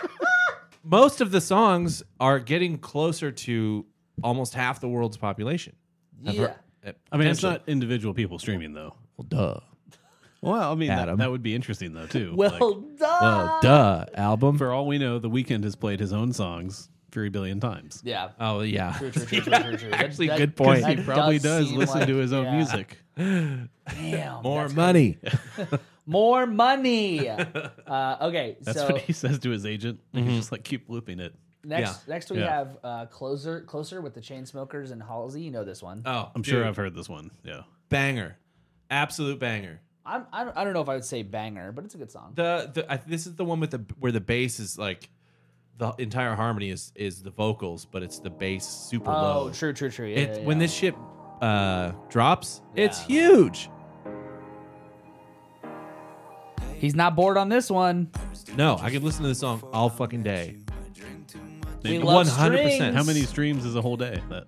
S2: most of the songs are getting closer to almost half the world's population. I've
S1: yeah.
S2: heard- uh,
S3: I mean, it's
S2: potentially.
S3: not individual people streaming though.
S2: Well,
S3: Well, I mean, that,
S2: Adam.
S3: that would be interesting though too.
S1: Well
S3: Like,
S1: done.
S2: duh. Well, duh. Album.
S3: for all we know, The Weeknd has played his own songs three billion times.
S1: yeah.
S2: oh yeah.
S1: True, true, true, true, true, true. That-
S2: Actually,
S1: that-
S2: good point.
S1: that
S3: He probably does,
S1: seem
S3: listen to
S1: like-
S3: his own
S1: yeah.
S3: music.
S1: Damn,
S2: (laughs) More
S1: that's- (laughs)
S2: money.
S1: more money. Uh, okay,
S3: That's
S1: so
S3: what he says to his agent. He's just like keep looping it.
S1: next,
S2: yeah.
S1: next we
S3: Yeah.
S1: have uh, closer, closer with the Chainsmokers and Halsey. You know this one.
S2: Oh,
S3: I'm sure I've heard this one. Yeah.
S2: banger, absolute banger.
S1: I'm, I don't, I don't know if I would say banger, but it's a good song.
S2: The the I, this is the one with the where the bass is like the entire harmony is is the vocals, but it's the bass super
S1: oh,
S2: low.
S1: true, true, true. Yeah,
S2: It
S1: yeah,
S2: when
S1: yeah.
S2: this ship uh drops, it's
S1: Yeah.
S2: huge.
S1: he's not bored on this one.
S2: No, I could listen to this song all fucking day.
S1: We
S3: Maybe-
S1: love
S2: 100%.
S1: strings.
S3: How many streams is a whole day? That,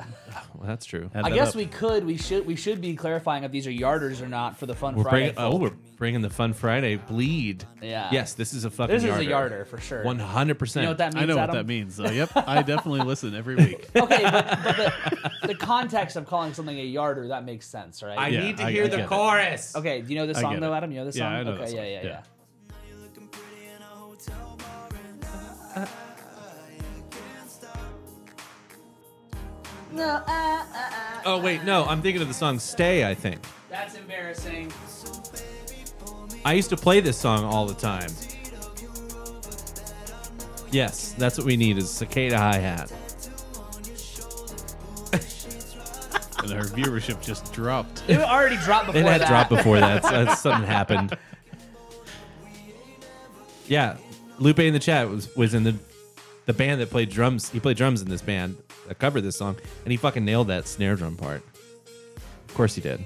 S2: Well, that's true.
S3: add
S1: I
S3: that
S1: guess
S3: up.
S1: we could. We should. We should be clarifying if these are yarders or not for the Fun
S2: We're
S1: Friday.
S2: bringing oh,
S1: folk.
S2: we're bringing the Fun Friday bleed.
S1: Yeah.
S2: Yes, this is a fucking.
S1: this is
S2: yarder.
S1: a yarder for sure.
S2: One hundred
S1: You know what
S2: percent.
S1: that means?
S3: I know what
S1: Adam?
S3: that means.
S1: (laughs)
S3: So, yep, I definitely listen every week.
S1: okay, but, but the, the context of calling something a yarder that makes sense, right?
S2: I
S3: Yeah,
S2: need to
S3: I-
S2: hear
S3: I
S2: the
S3: get it.
S2: chorus.
S1: okay, do you know this
S3: I
S1: song
S3: get
S1: though,
S3: it.
S1: Adam? You know this
S3: Yeah,
S1: song?
S3: I know
S1: okay,
S3: this
S1: yeah,
S3: one.
S1: yeah,
S3: Yeah.
S1: yeah. No, uh, uh, uh,
S2: Oh wait, no, I'm thinking of the song "Stay." I think
S1: that's embarrassing.
S2: I used to play this song all the time. Yes, that's what we need is cicada hi hat.
S3: And her viewership
S1: (laughs)
S3: just dropped.
S1: It already dropped before
S2: It had
S1: that.
S2: dropped before that. So that's something happened. Yeah, Lupe in the chat was was in the the band that played drums. He played drums in this band that covered this song, and he fucking nailed that snare drum part. Of course he did.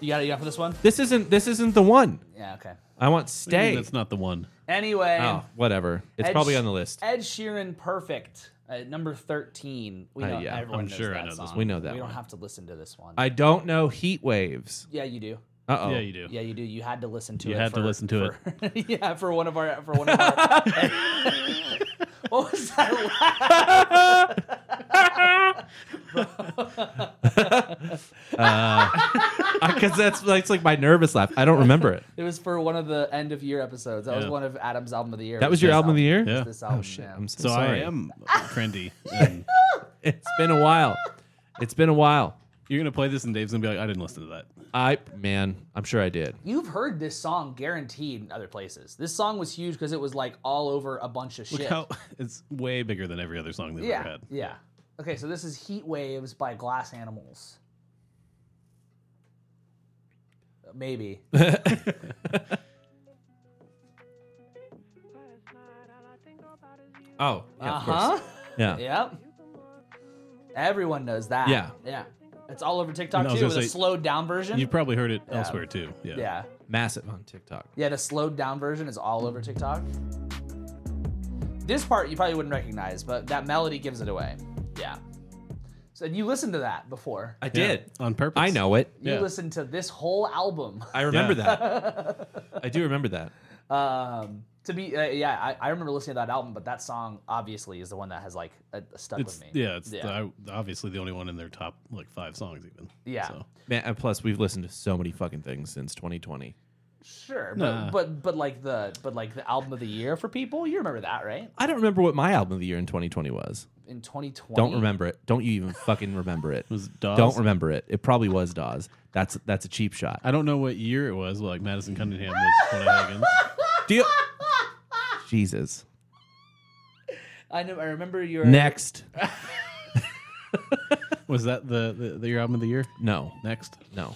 S1: You got it. You got for this one?
S2: This isn't this isn't the one.
S1: Yeah. Okay.
S2: I
S3: I
S2: want
S3: mean,
S2: stay.
S3: That's not the one.
S1: Anyway,
S2: oh, whatever. It's
S1: Ed
S2: probably
S1: Sh-
S2: on the list.
S1: Ed Sheeran, "Perfect," at number thirteen. We
S2: Uh,
S1: know
S2: yeah,
S1: everyone
S3: I'm
S1: knows
S3: sure I
S1: that
S3: know this
S1: song.
S2: one. We know that
S1: We
S2: one.
S1: don't have to listen to this one.
S2: I don't know heat waves.
S1: yeah, you do.
S2: Uh oh.
S3: Yeah,
S2: (laughs)
S3: you do.
S1: Yeah, you do. You had to listen to
S3: You
S1: it.
S3: had to
S1: for-
S3: listen to
S1: for, (laughs) it. yeah, for one of our for one of our. (laughs) what was that? laugh?
S2: Because that's that's like my nervous laugh. I don't remember it.
S1: It was for one of the end of year episodes. That was
S3: Yeah.
S1: one of Adam's album of the year.
S2: That was your
S1: this
S2: album of the year.
S1: It was
S3: Yeah.
S1: This album.
S2: Oh shit.
S1: yeah.
S2: I'm so,
S3: So
S2: sorry.
S3: I am (laughs) trendy. And
S2: (laughs) It's been a while. It's been a while.
S3: you're gonna play this, and Dave's gonna be like, "I didn't listen to that."
S2: I man, I'm sure I (laughs) did.
S1: You've heard this song guaranteed in other places. This song was huge because it was like all over a bunch of shit.
S3: Look how (laughs) it's way bigger than every other song they've ever
S1: yeah,
S3: had.
S1: yeah. Okay, so this is Heat Waves by Glass Animals. Maybe.
S2: (laughs) Oh, yeah,
S1: uh
S2: of course.
S1: huh.
S2: Yeah.
S1: (laughs) Yep. Everyone knows that.
S2: Yeah.
S1: Yeah. It's all over TikTok
S3: No, I was
S1: too with
S3: gonna
S1: a
S3: say-
S1: slowed down version.
S3: You've probably heard it elsewhere too. Yeah.
S1: yeah.
S2: Massive on TikTok.
S1: Yeah, the slowed down version is all over TikTok. This part you probably wouldn't recognize, but that melody gives it away. Yeah. So you listened to that before.
S2: I
S3: Yeah,
S2: did.
S3: on purpose.
S2: I know it.
S1: You
S3: yeah.
S1: listened to this whole album. (laughs)
S2: I remember
S3: Yeah.
S2: that. (laughs) I do remember that.
S1: Um, to be, uh, yeah, I, I remember listening to that album, but that song obviously is the one that has like uh, stuck
S3: It's
S1: with me.
S3: yeah, it's
S1: yeah.
S3: the- I- obviously the only one in their top like five songs even.
S1: Yeah.
S3: So.
S2: Man, and plus we've listened to so many fucking things since 2020.
S1: sure,
S3: Nah.
S1: but, but but like the but like the album of the year for people, you remember that, right?
S2: I don't remember what my album of the year in 2020 was.
S1: in 2020.
S2: Don't remember it. Don't you even fucking remember (laughs) it.
S3: Was Dawes?
S2: Don't remember it. It probably was Dawes. That's that's a cheap shot.
S3: I don't know what year it was. Like Madison Cunningham was one of
S1: (laughs)
S3: Higgins.
S2: Do you- Jesus.
S1: I know. I remember your
S2: Next.
S3: Was that the, the, the your album of the year?
S2: No.
S3: Next,
S2: No.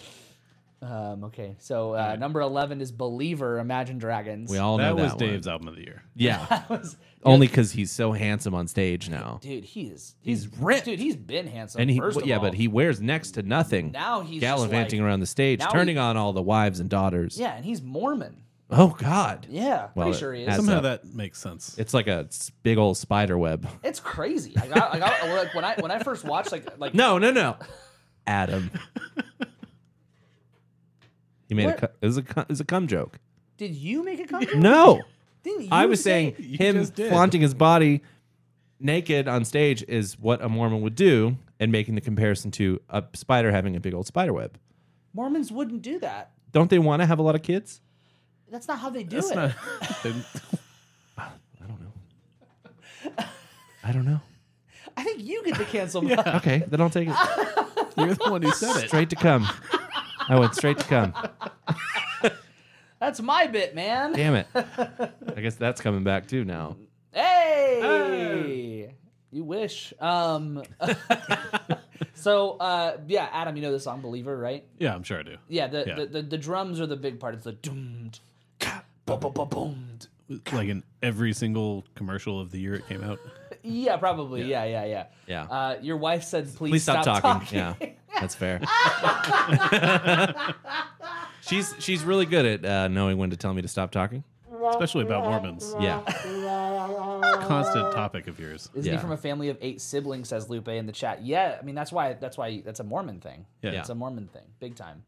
S1: Um, okay, so uh, number eleven is Believer, Imagine Dragons.
S2: We all know
S3: that
S2: that
S3: was
S2: one.
S3: Dave's album of the year.
S2: (laughs)
S1: (laughs)
S2: Yeah,
S1: That was-
S2: only because he's so handsome on stage now,
S1: dude, he is
S2: He's ripped.
S1: Dude, he's been handsome.
S2: and he
S1: first
S2: well,
S1: of
S2: yeah,
S1: all.
S2: but he wears next to nothing.
S1: now he's just
S2: gallivanting
S1: like-
S2: around the stage,
S1: now
S2: turning
S1: he-
S2: on all the wives and daughters.
S1: Yeah, and he's Mormon.
S2: Oh God.
S1: Yeah,
S2: Well,
S1: pretty sure he is.
S2: that's-
S3: Somehow
S2: up.
S3: that makes sense.
S2: It's like a s- big old spider web. (laughs)
S1: It's crazy. I got, I got like when I when I first watched like like
S2: No, no, no.
S1: (laughs)
S2: Adam. He made
S1: Where-
S2: a cu- it was a cu- it was a cum joke.
S1: did you make a comment?
S2: No,
S1: Didn't you
S2: I was
S1: say-
S2: saying
S3: (laughs) you
S2: him
S3: just did.
S2: flaunting his body naked on stage is what a Mormon would do, and making the comparison to a spider having a big old spider web.
S1: Mormons wouldn't do that.
S2: Don't they want to have a lot of kids?
S1: That's not how they do
S3: That's
S1: it.
S3: not.
S2: (laughs) I don't know. I don't
S3: (laughs)
S2: know.
S1: I think you get the
S2: (laughs)
S1: cancel.
S2: Okay, then I'll take it
S3: you're the one who said it.
S2: straight to cum. I went straight to cum.
S1: That's my bit, man.
S2: Damn it. I guess that's coming back too now.
S1: Hey! You wish.
S2: (laughs)
S1: Um (laughs) So uh yeah, Adam, you know the song Believer, right?
S3: Yeah, I'm sure I do.
S1: Yeah, the
S3: Yeah.
S1: The, the, the drums are the big part. It's the doomed. Boomed.
S3: Like in every single commercial of the year it came out.
S1: Yeah, probably. Yeah, yeah, yeah.
S2: Yeah.
S1: Uh, your wife said, "Please,
S2: Please stop, talking.
S1: talking.
S2: Yeah,
S3: (laughs)
S2: that's fair. she's she's really good at uh, knowing when to tell me to stop talking.
S3: especially about Mormons.
S2: Yeah,
S3: Constant topic of yours.
S1: (laughs) Isn't he
S2: Yeah.
S1: from a family of eight siblings? Says Lupe in the chat. Yeah, I mean that's why that's why that's a Mormon thing.
S3: Yeah.
S1: it's a Mormon thing, big time,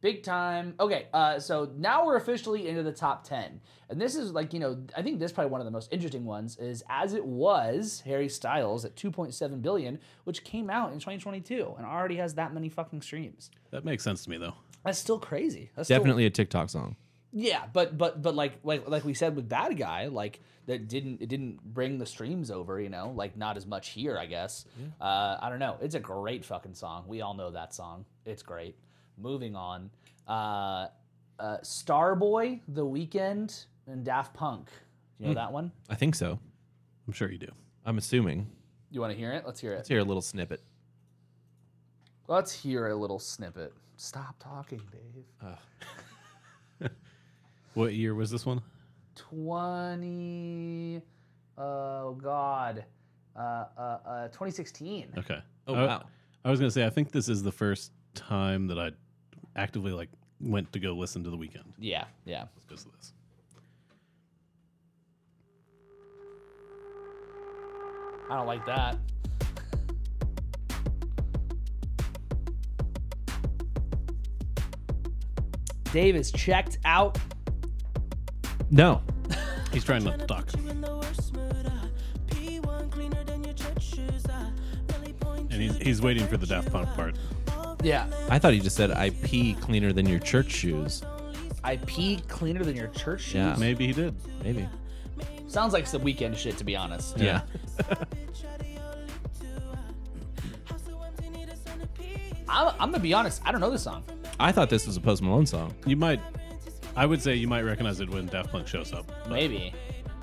S1: big time. Okay, uh, so now we're officially into the top ten, and this is like you know I think this is probably one of the most interesting ones is as it was Harry Styles at two point seven billion, which came out in twenty twenty two and already has that many fucking streams.
S3: That makes sense to me though.
S1: That's still crazy. That's still-
S2: definitely a TikTok song.
S1: yeah, but but but like like like we said with Bad Guy, like that didn't it didn't bring the streams over, you know, like not as much here, I guess. Uh, I don't know. It's a great fucking song. We all know that song. It's great. Moving on, uh, uh, Starboy, The Weekend, and Daft Punk. You know
S2: Hmm.
S1: that one?
S2: I think so.
S3: I'm sure you do.
S2: I'm assuming.
S1: You want to hear it? Let's hear
S2: Let's
S1: it.
S2: hear a little snippet.
S1: Let's hear a little snippet. Stop talking, Dave.
S3: What year was this one?
S1: 20 oh god uh, uh, uh, 2016
S3: Okay.
S2: Oh,
S3: I,
S2: wow.
S3: I was gonna say I think this is the first time that I actively like went to go listen to the weekend
S1: yeah yeah
S3: because of this.
S1: i don't like that dave is checked out
S2: No,
S3: He's trying not to talk, and he's he's waiting for the Daft Punk part.
S1: yeah
S2: I thought he just said I pee cleaner than your church shoes.
S1: i pee cleaner than your church shoes
S2: Yeah.
S3: Maybe he did.
S2: Maybe.
S1: sounds like some weekend shit to be honest
S2: Yeah.
S1: I'm, I'm gonna be honest i don't know this song
S2: I thought this was a Post Malone song.
S3: You might. I would say you might recognize it when Daft Punk shows up.
S1: maybe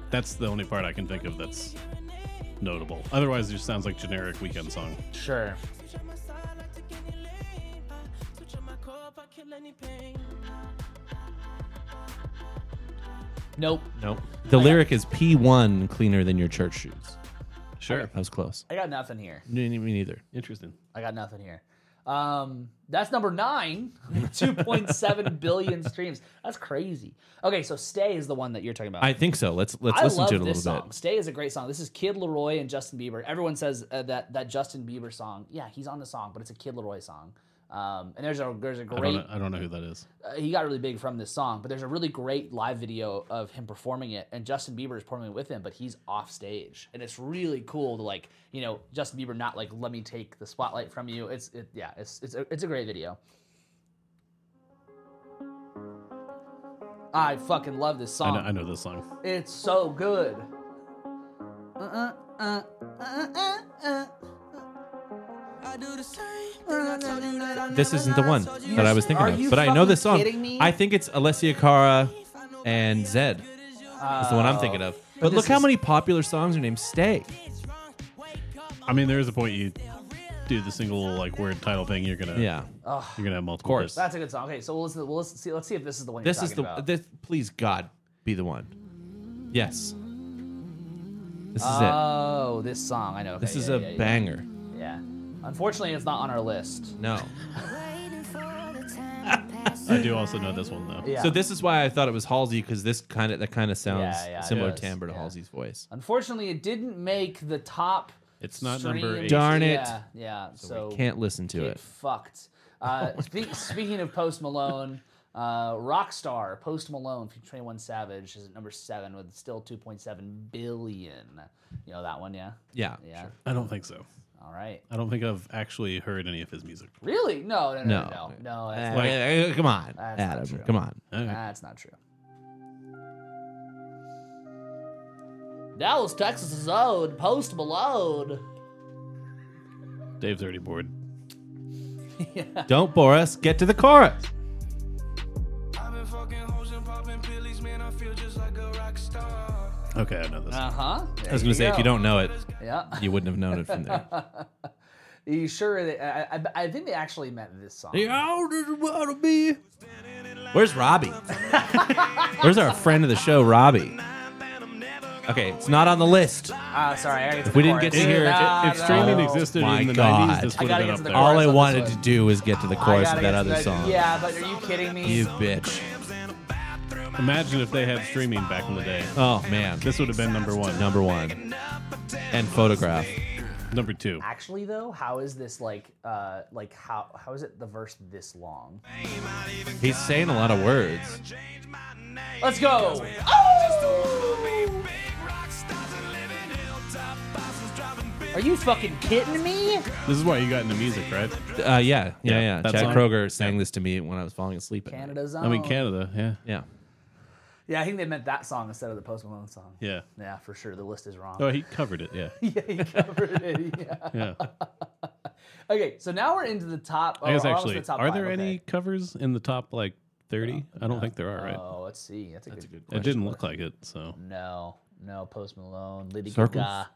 S3: That's the only part I can think of that's notable. Otherwise, it just sounds like generic weekend song.
S1: sure nope
S2: Nope. The lyric is P1 cleaner than your church shoes.
S3: Sure.
S2: That was close.
S1: i got nothing here
S2: Me me neither.
S3: Interesting.
S1: I got nothing here. Um, that's number nine, (laughs)
S2: (laughs)
S1: 2.7 billion streams. That's crazy. Okay, so Stay is the one that you're talking about.
S2: I think so. Let's let's
S1: I
S2: listen
S1: love
S2: to it a
S1: this
S2: little
S1: song.
S2: bit.
S1: Stay is a great song. This is Kid Leroy and Justin Bieber. Everyone says uh, that that Justin Bieber song. Yeah, he's on the song, but it's a Kid Leroy song. Um, and there's a there's a
S3: I
S1: great
S3: don't, know, I don't know who that is.
S1: uh, he got really big from this song, but there's a really great live video of him performing it, and Justin Bieber is performing it with him, but he's off stage, and it's really cool to like, you know, Justin Bieber not like let me take the spotlight from you. It's it, yeah, it's it's a, it's a great video. I fucking love this
S3: I
S1: song.
S3: know, I know this song.
S1: It's so good. Uh, uh, uh, uh, uh,
S2: This isn't the one that I was thinking
S1: Are
S2: of,
S1: you
S2: but I know this
S1: fucking
S2: song.
S1: kidding me?
S2: I think it's Alessia Cara and Zed.
S1: uh,
S2: That's the one I'm thinking of. But, look
S1: this
S2: how
S1: is-
S2: many popular songs are named Stay.
S3: I mean, there is a point you do the single like weird title thing, you're gonna
S2: Yeah.
S3: you're gonna have multiple.
S2: course.
S3: hits.
S1: That's a good song. Okay, so we'll listen. We'll listen, see. Let's see if this is the one.
S2: This
S1: you're
S2: is the.
S1: talking About.
S2: This, please God, be the one. Yes. This is it.
S1: oh, this song. I know. Okay,
S2: This is
S1: yeah,
S2: a
S1: yeah, yeah,
S2: banger.
S1: Yeah. Unfortunately, it's not on our list.
S2: No.
S4: Waiting for the time to
S2: (laughs)
S4: pass
S3: I do also know this one though.
S1: Yeah.
S2: So this is why I thought it was Halsey because this kind of that kind of sounds
S1: Yeah, yeah, it
S2: similar
S1: does.
S2: timbre to
S1: Yeah.
S2: Halsey's voice.
S1: Unfortunately, it didn't make the top.
S3: It's not number
S1: stream-
S3: eight.
S2: Darn it.
S1: Yeah. yeah. So,
S2: Can't listen to
S1: get
S2: it. (laughs)
S1: fucked. Uh, spe- speaking of Post Malone, uh, Rockstar Post Malone featuring Twenty One Savage is at number seven with still two point seven billion. You know that one, yeah.
S2: Yeah.
S1: Yeah.
S3: I don't think so.
S1: All right.
S3: I don't think I've actually heard any of his music.
S1: Really? No. No. No.
S2: No.
S1: No. No. no
S2: Uh,
S1: that's,
S2: uh, come on,
S1: That's not
S2: Adam.
S1: true.
S2: Come on.
S3: Okay.
S1: that's not true. Dallas, Texas' own Post Malone.
S3: Dave's already bored.
S2: Don't bore us. Get to the chorus.
S5: I've been fucking hoes and popping pillies, man. I feel just like a rock star.
S3: Okay, I know this.
S1: Uh huh.
S2: I was gonna say if you don't know it,
S1: Yeah.
S2: you wouldn't have known it from
S1: (laughs)
S2: there.
S1: You sure? They, I, I, I think they actually meant this song. (laughs)
S2: Where's Robbie? Where's our friend of the show, Robbie? Okay, it's not on the list.
S1: Ah, sorry. I gotta get
S2: We didn't get
S1: chorus.
S2: to hear it.
S1: Nah,
S3: if streaming
S1: nah.
S2: Oh
S3: existed
S2: my
S3: in the
S2: God.
S3: 90s, this
S2: I
S3: would
S1: gotta
S3: have been
S1: get
S3: up
S1: to the
S3: there.
S1: chorus.
S2: All I
S1: on this
S2: wanted
S1: one.
S2: to do was get to the
S1: I
S2: chorus
S1: gotta
S2: of
S1: get
S2: that
S1: to
S2: other
S1: that-
S2: song.
S1: Yeah, but are you kidding me?
S2: You bitch.
S3: Imagine if they had streaming back in the day.
S2: Oh man,
S3: This would have been number one.
S2: number one and photograph.
S3: Number two.
S1: Actually, though, how is this like, uh, like how how is it the verse this long?
S2: He's saying a lot of words.
S1: Let's go. Oh! Are you fucking kidding me?
S3: This is why you got into music, right?
S2: Uh, yeah, yeah, yeah.
S3: that
S2: Chad
S3: song?
S2: Kroger sang this to me when I was falling asleep. at night.
S1: Canada's own.
S3: I mean, Canada. Yeah.
S2: Yeah.
S1: Yeah, I think they meant that song instead of the Post Malone song.
S3: Yeah.
S1: Yeah, for sure. The list is wrong.
S3: Oh, he covered it. Yeah.
S1: (laughs) yeah, Oh, he covered it. Yeah.
S3: Yeah.
S1: Okay, so now we're into the top.
S3: I guess
S1: oh, almost
S3: actually,
S1: the top
S3: are
S1: five,
S3: there
S1: okay.
S3: any covers in the top like 30? I don't think there are, right?
S1: Oh, let's see. That's a good.
S3: it didn't look like it, so
S1: No, no. Post Malone, Lady
S2: Circles?
S1: Gaga.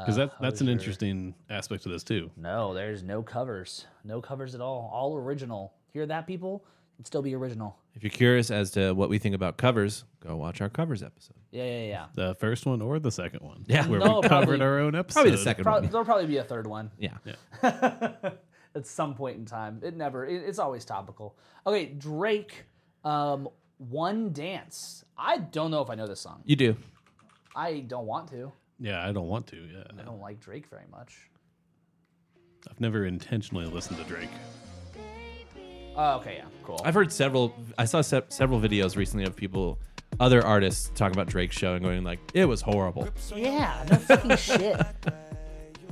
S3: because that that's an
S1: Hozier.
S3: interesting aspect of this too.
S1: No, there's no covers. No covers at all. All original. Hear that, people? It'd still be original.
S2: If you're curious as to what we think about covers, go watch our covers episode.
S1: Yeah, yeah, yeah.
S3: The first one or the second one?
S2: Yeah.
S3: where
S1: No,
S3: we covered
S1: probably-
S3: our own episode.
S2: Probably the second
S1: Probably,
S2: one.
S1: there'll probably be a third one
S2: Yeah.
S1: (laughs) at some point in time. It never. It, it's always topical. Okay, Drake. Um, one dance. I don't know if I know this song.
S2: You do.
S1: I don't want to.
S3: Yeah, I don't want to. Yeah,
S1: I don't like Drake very much.
S3: I've never intentionally listened to Drake.
S1: Oh, okay, yeah, cool.
S2: I've heard several. I saw se- several videos recently of people, other artists talking about Drake's show and going like, "It was horrible."
S1: Yeah, no fucking shit. Have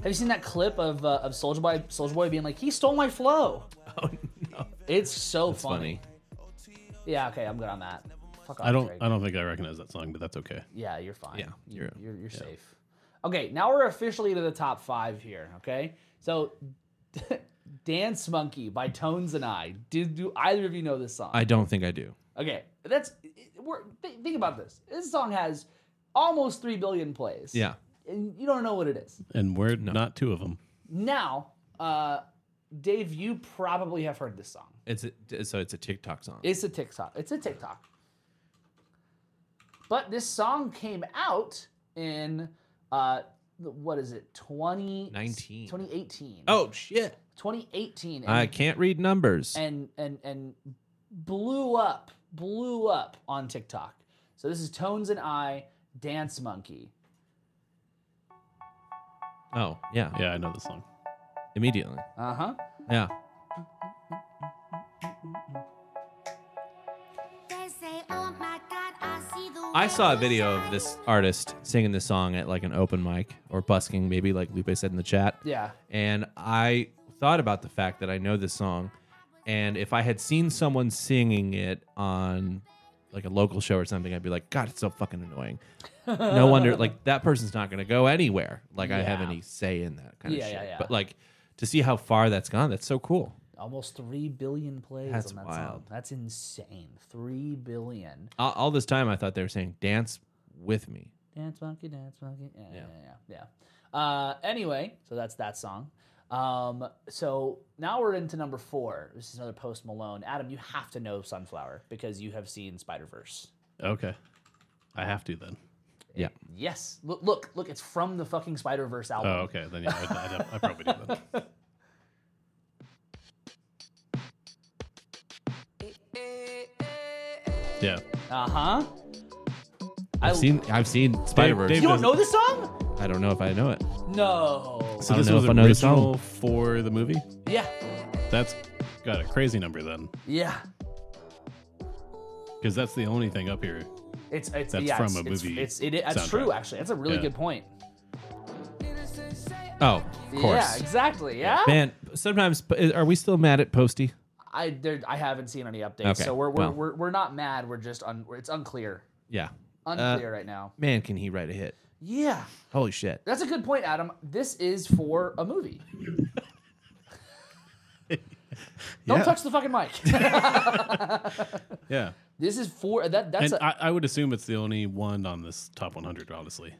S1: you seen that clip of uh, of Soldier Boy Soldier Boy being like, "He stole my
S2: (laughs)
S1: flow"? Oh no, it's so
S2: It's
S1: funny.
S2: funny.
S1: Yeah, okay, I'm good on that. Fuck off,
S3: I don't.
S1: Drake.
S3: I don't think I recognize that song, but that's okay.
S1: Yeah, you're fine.
S2: Yeah,
S1: you're
S2: you're-
S1: you're, you're safe. Okay, now we're officially to the top five here. Okay, so (laughs) "Dance Monkey" by Tones and I. Did do either of you know this song?
S2: I don't think I do.
S1: okay, that's we're th- think about this. This song has almost three billion plays.
S2: Yeah.
S1: and you don't know what it is.
S3: And we're not two of them.
S1: Now, uh, Dave, you probably have heard this song.
S2: It's a, so it's a TikTok song.
S1: It's a TikTok. It's a TikTok. But this song came out in uh, the- what is it? 20,
S2: 19.
S1: 2018.
S2: oh shit!
S1: 2018. And,
S2: I can't read numbers.
S1: and and and blew up, blew up on TikTok. So this is Tones and I, Dance Monkey.
S2: oh yeah,
S3: Yeah, I know the song.
S2: immediately.
S1: Uh huh.
S2: Yeah.
S4: They say, oh my God, I see the
S2: I saw a
S4: world
S2: video of
S4: outside."
S2: this artist singing this song at like an open mic or busking, maybe like Lupe said in the chat.
S1: Yeah.
S2: And I thought about the fact that I know this song. And if I had seen someone singing it on like a local show or something, I'd be like, God, it's so fucking annoying.
S1: (laughs)
S2: No wonder, like, that person's not going to go anywhere. Like, I have
S1: Yeah.
S2: any say in that kind
S1: Yeah,
S2: of shit.
S1: yeah, yeah.
S2: But like, to see how far that's gone, that's so cool.
S1: Almost three billion plays
S2: That's
S1: on that song.
S2: wild.
S1: That's insane. Three billion.
S2: All, all this time, I thought they were saying, Dance with me.
S1: Dance monkey, dance monkey. Yeah, yeah, yeah. yeah. Uh, anyway, so that's that song. Um, so now we're into number four. This is another Post Malone. Adam, you have to know Sunflower because you have seen Spider Verse.
S3: Okay. I have to then.
S2: Yeah.
S1: Yes. Look, look, look. It's from the fucking Spider Verse
S3: Oh,
S1: album.
S3: okay. Then yeah, I'd, I'd, I'd probably do that.
S1: (laughs)
S3: Yeah.
S1: Uh huh.
S2: I've seen I've seen Spider Verse.
S1: You
S3: Dave-
S1: don't know this song?
S2: I don't know if I know it.
S1: No.
S3: So
S2: I don't
S3: this
S2: know
S3: was
S2: if I know the song.
S3: original for the movie.
S1: Yeah.
S3: That's got a crazy number then,
S1: Yeah.
S3: because that's the only thing up here.
S1: It's it's
S3: That's
S1: yeah,
S3: from
S1: it's,
S3: a
S1: it's-
S3: movie
S1: It's, it, that's true
S3: soundtrack.
S1: actually. That's a really
S3: Yeah.
S1: good point.
S2: Oh, of
S1: Yeah,
S2: course.
S1: exactly. Yeah.
S2: Man, sometimes are we still mad at Posty?
S1: I there, I haven't seen any updates,
S2: Okay,
S1: so we're we're,
S2: well.
S1: we're we're not mad. We're just un, it's unclear,
S2: Yeah.
S1: unclear right now.
S2: Man, can he write a hit?
S1: Uh, Yeah,
S2: Holy shit.
S1: that's a good point, Adam. This is for a
S3: (laughs)
S1: movie. Don't
S3: Yeah.
S1: touch the fucking mic. (laughs)
S3: Yeah.
S1: this is for that. That's
S3: and
S1: a,
S3: I I would assume it's the only one on this top 100, honestly.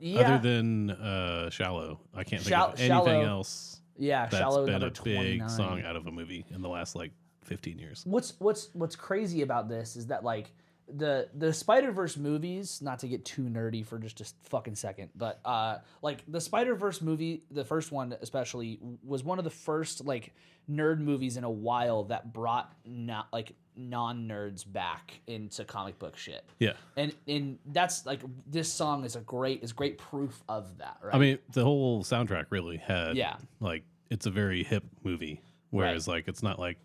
S1: yeah,
S3: Other than uh, "Shallow," I can't think
S1: Shall-
S3: of anything
S1: Shallow.
S3: else
S1: yeah.
S3: that's
S1: Shallow
S3: been
S1: number
S3: a
S1: twenty
S3: big
S1: nine.
S3: song out of a movie in the last like 15 years.
S1: what's what's what's crazy about this is that like the the Spider Verse movies, not to get too nerdy for just a s- fucking second, but uh, like the Spider Verse movie, the first one especially was one of the first like nerd movies in a while that brought not like non nerds back into comic book shit.
S3: Yeah,
S1: And and that's like this song is a great is great proof of that, right?
S3: I mean the whole soundtrack really had
S1: Yeah.
S3: like it's a very hip movie, whereas like it's not like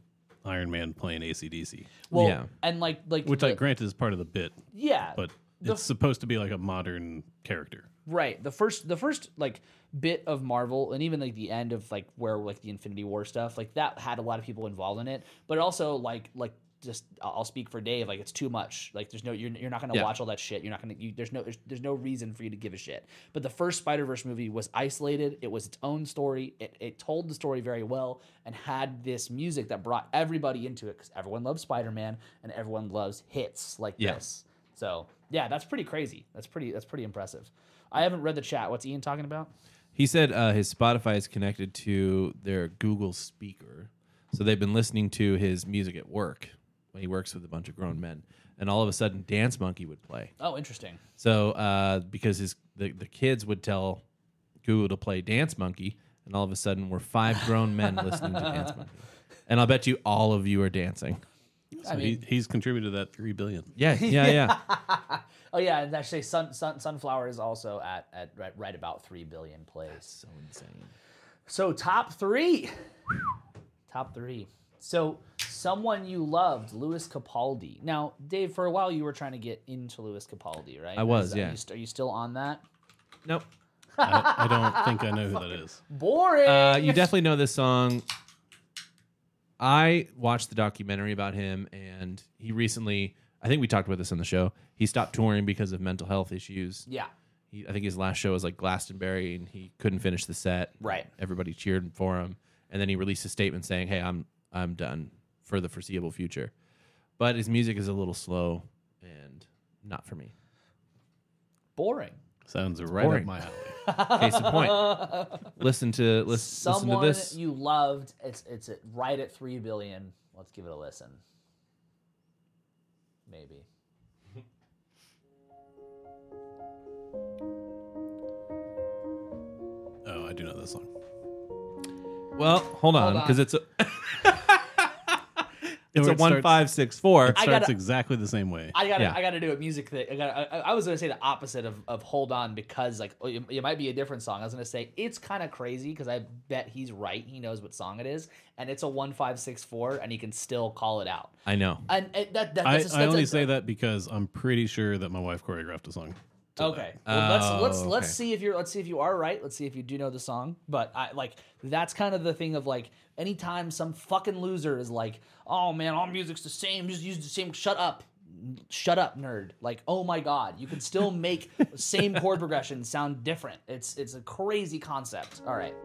S3: Iron Man playing ACDC,
S1: well,
S2: yeah.
S1: and like like
S3: which
S1: the-
S3: I grant is part of the bit,
S1: yeah,
S3: but it's supposed to be like a modern character.
S1: Right. The first the first like bit of Marvel and even like the end of like where like the Infinity War stuff, like that had a lot of people involved in it. But also like like just I'll I'll speak for Dave, like it's too much. Like there's no you're, you're not going to
S2: Yeah.
S1: watch all that shit. You're not going to you, there's no there's, there's no reason for you to give a shit. But the first Spider-Verse movie was isolated. It was its own story. It it told the story very well and had this music that brought everybody into it cuz everyone loves Spider-Man and everyone loves hits like
S2: Yeah.
S1: this. So yeah, that's pretty crazy. That's pretty that's pretty impressive. I haven't read the chat. What's Ian talking about?
S2: He said uh, his Spotify is connected to their Google speaker. So they've been listening to his music at work when he works with a bunch of grown men. And all of a sudden, Dance Monkey would play.
S1: Oh, interesting.
S2: So uh, because his the, the kids would tell Google to play Dance Monkey, and all of a sudden we're five grown men listening to Dance Monkey. And I'll bet you all of you are dancing.
S3: So he, he's contributed that three billion.
S2: Yeah, yeah, yeah.
S1: Oh yeah, and actually, sun, sun, sunflower is also at at right, right about three billion plays.
S2: so insane.
S1: So top three, top three. So someone you loved, Louis Capaldi. Now, Dave, for a while you were trying to get into Louis Capaldi, right?
S2: I was,
S1: Is that-
S2: yeah.
S1: you st- Are you, still on that?
S2: Nope.
S3: I, I don't think I know who that
S1: (laughs)
S3: is.
S1: Boring.
S2: Uh, you definitely know this song. I watched the documentary about him, and he recently, I think we talked about this on the show, he stopped touring because of mental health issues.
S1: yeah.
S2: He, I think his last show was like Glastonbury, and he couldn't finish the set.
S1: Right.
S2: Everybody cheered for him, and then he released a statement saying, "Hey, I'm I'm done for the foreseeable future." But his music is a little slow and not for me.
S1: Boring.
S3: Sounds right
S2: Boring.
S3: up my alley.
S2: Case
S1: (laughs)
S2: in point. listen to listen, listen to
S1: Someone
S2: this.
S1: you loved. It's it's at, right at three billion. Let's give it a listen. Maybe.
S3: Oh, I do know this song.
S2: Well, hold on,
S1: on.
S2: because it's a it's
S3: where
S2: a
S3: it
S2: one
S3: starts-
S2: five six four.
S1: I
S3: Starts
S1: gotta-
S3: exactly the same way.
S1: I gotta,
S2: Yeah.
S1: I gotta do a music thing. I gotta, I, I was gonna say the opposite of, of hold on because like oh, it, it might be a different song. I was gonna say it's kind of crazy because I bet he's right. He knows what song it is, and it's a one five six four, and he can still call it out.
S2: I know.
S1: And, and that, that
S3: I,
S1: that's a-
S3: I
S1: that's
S3: only
S1: a-
S3: say that because I'm pretty sure that my wife choreographed the song.
S1: Okay. Well, let's
S2: Oh,
S1: let's let's
S2: okay.
S1: see if you're let's see if you are right. Let's see if you do know the song. But I like that's kind of the thing of like anytime some fucking loser is like, "Oh man, all music's the same. Just use the same shut up. Shut up, nerd." Like, "Oh my god, you can still
S2: (laughs)
S1: make same chord progression sound different." It's it's a crazy concept. All right.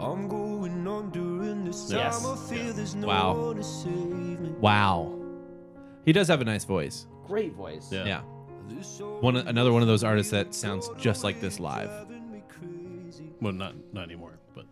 S5: I'm going on during this time.
S1: Yes.
S5: I feel there's no
S2: Wow.
S5: one to save me.
S2: Wow, he does have a nice voice.
S1: Great voice.
S3: Yeah.
S2: Yeah,
S5: This song
S2: one another one of those artists that sounds just like this live.
S5: driving me crazy.
S3: Well, not not anymore, but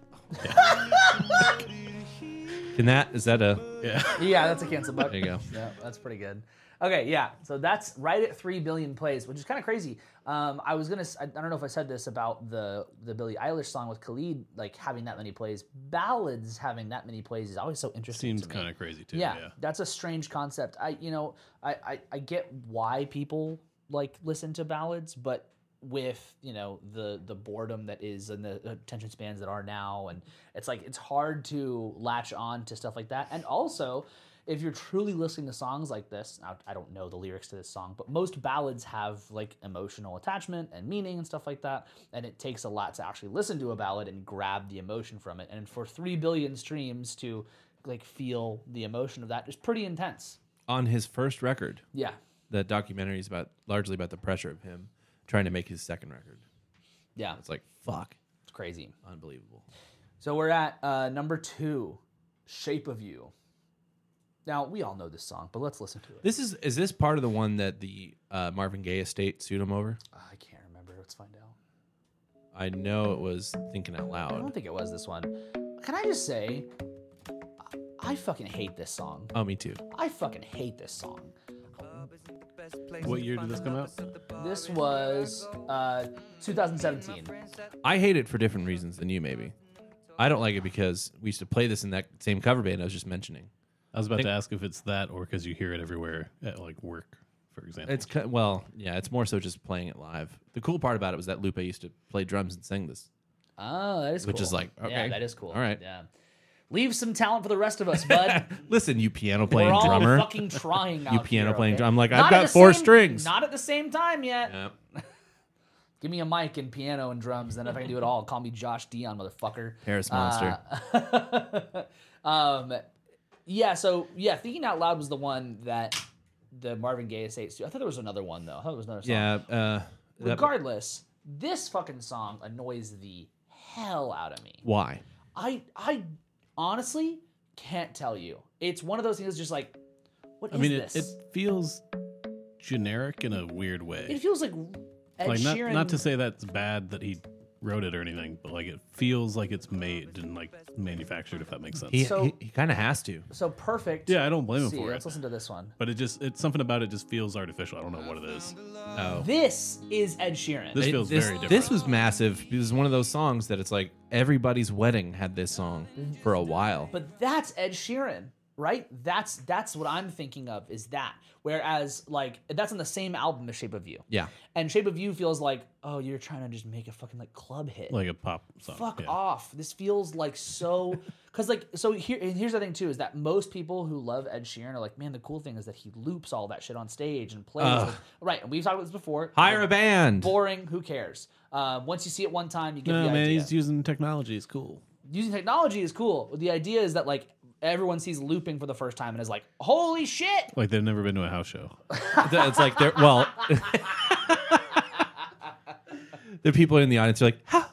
S2: Can that is that a
S3: Yeah.
S1: (laughs) Yeah, that's a cancel button.
S2: there you go?
S1: (laughs) Yeah, that's pretty good. Okay, yeah. So that's right at three billion plays, which is kind of crazy. Um, I was gonna, s- I, I don't know if I said this about the the Billie Eilish song with Khalid, like having that many plays. Ballads having that many plays is always so interesting.
S3: Seems
S1: to me.
S3: kind of crazy too.
S1: yeah,
S3: yeah.
S1: that's a strange concept. I, you know, I, I, I get why people like listen to ballads, but with you know the the boredom that is and the attention spans that are now, and it's like it's hard to latch on to stuff like that. And also, if you're truly listening to songs like this, now, I don't know the lyrics to this song, but most ballads have like emotional attachment and meaning and stuff like that. And it takes a lot to actually listen to a ballad and grab the emotion from it. And for three billion streams to like feel the emotion of that is pretty intense.
S2: On his first record,
S1: Yeah.
S2: that documentary is about largely about the pressure of him trying to make his second record.
S1: Yeah.
S2: It's like fuck,
S1: It's crazy.
S2: unbelievable.
S1: So we're at uh, number two, Shape of You. Now, we all know this song, but let's listen to it.
S2: This is is this part of the one that the uh, Marvin Gaye estate sued him over?
S1: I can't remember. Let's find out.
S2: I know it was thinking out
S1: I
S2: loud.
S1: don't think it was this one. Can I just say, I- I fucking hate this song.
S2: Oh, me too.
S1: I fucking hate this song.
S3: What year did this come out?
S1: This was uh, 2017.
S2: I hate it for different reasons than you maybe. I don't like it because we used to play this in that same cover band I was just mentioning.
S3: I was about to ask if it's that or because you hear it everywhere at like work, for example.
S2: It's ki- well, yeah, it's more so just playing it live. The cool part about it was that Lupe used to play drums and sing this.
S1: Oh, that is cool.
S2: Which is like,
S1: yeah,
S2: okay.
S1: that is cool.
S2: All right.
S1: yeah. Leave some talent for the rest of us,
S2: (laughs)
S1: bud.
S2: Listen, you piano
S1: We're
S2: playing
S1: all
S2: drummer.
S1: fucking trying. Out
S2: You piano
S1: here,
S2: playing
S1: okay?
S2: drum. I'm like,
S1: Not
S2: I've
S1: at
S2: got
S1: the
S2: four
S1: same-
S2: strings.
S1: Not at the same time yet.
S2: Yeah.
S1: Give me a mic and piano and drums, then if I can do it all, call me Josh Dion, motherfucker.
S2: Paris Monster.
S1: Uh, (laughs) um, yeah. So yeah, thinking out loud was the one that the Marvin Gaye estates. I thought there was another one though. I thought there was another song.
S2: yeah. Uh, that-
S1: Regardless, this fucking song annoys the hell out of me.
S2: why?
S1: I I honestly can't tell you. It's one of those things, just like what is
S3: I mean, it,
S1: this?
S3: it
S1: It,
S3: feels generic in a weird way.
S1: feels like Ed
S3: like not,
S1: Sheeran.
S3: not to say that's bad that he wrote it or anything, but like it feels like it's made and like manufactured, if that makes sense.
S2: He
S1: So-
S2: he, he kind of has to.
S1: so perfect.
S3: yeah, I don't blame him
S1: See,
S3: for
S1: let's
S3: it.
S1: listen to this one.
S3: But it just it's something about it just feels artificial. I don't know what it is.
S2: Oh.
S1: This is Ed Sheeran.
S3: This
S2: It-
S3: feels
S2: this,
S3: very different.
S2: This was massive. This is one of those songs that it's like everybody's wedding had this song for a while.
S1: But that's Ed Sheeran, right? That's that's what I'm thinking of is that. Whereas like that's on the same album as Shape of You.
S2: yeah.
S1: And Shape of You feels like, oh, you're trying to just make a fucking like club hit.
S3: like a pop song.
S1: fuck
S3: yeah.
S1: off. This feels like so (laughs) cuz like so here and here's the thing too is that most people who love Ed Sheeran are like, man, the cool thing is that he loops all that shit on stage and plays
S2: Ugh.
S1: like- right, and we've talked about this before.
S2: Hire
S1: Like,
S2: a band.
S1: boring, who cares? Uh, once you see it one time, you get
S3: No
S1: the
S3: man,
S1: idea
S3: he's using technology. It's cool.
S1: using technology is cool. The idea is that like everyone sees looping for the first time and is like, "Holy shit!"
S3: Like they've never been to a house (laughs) show.
S2: it's like they're well. (laughs) the people in the audience are like, how,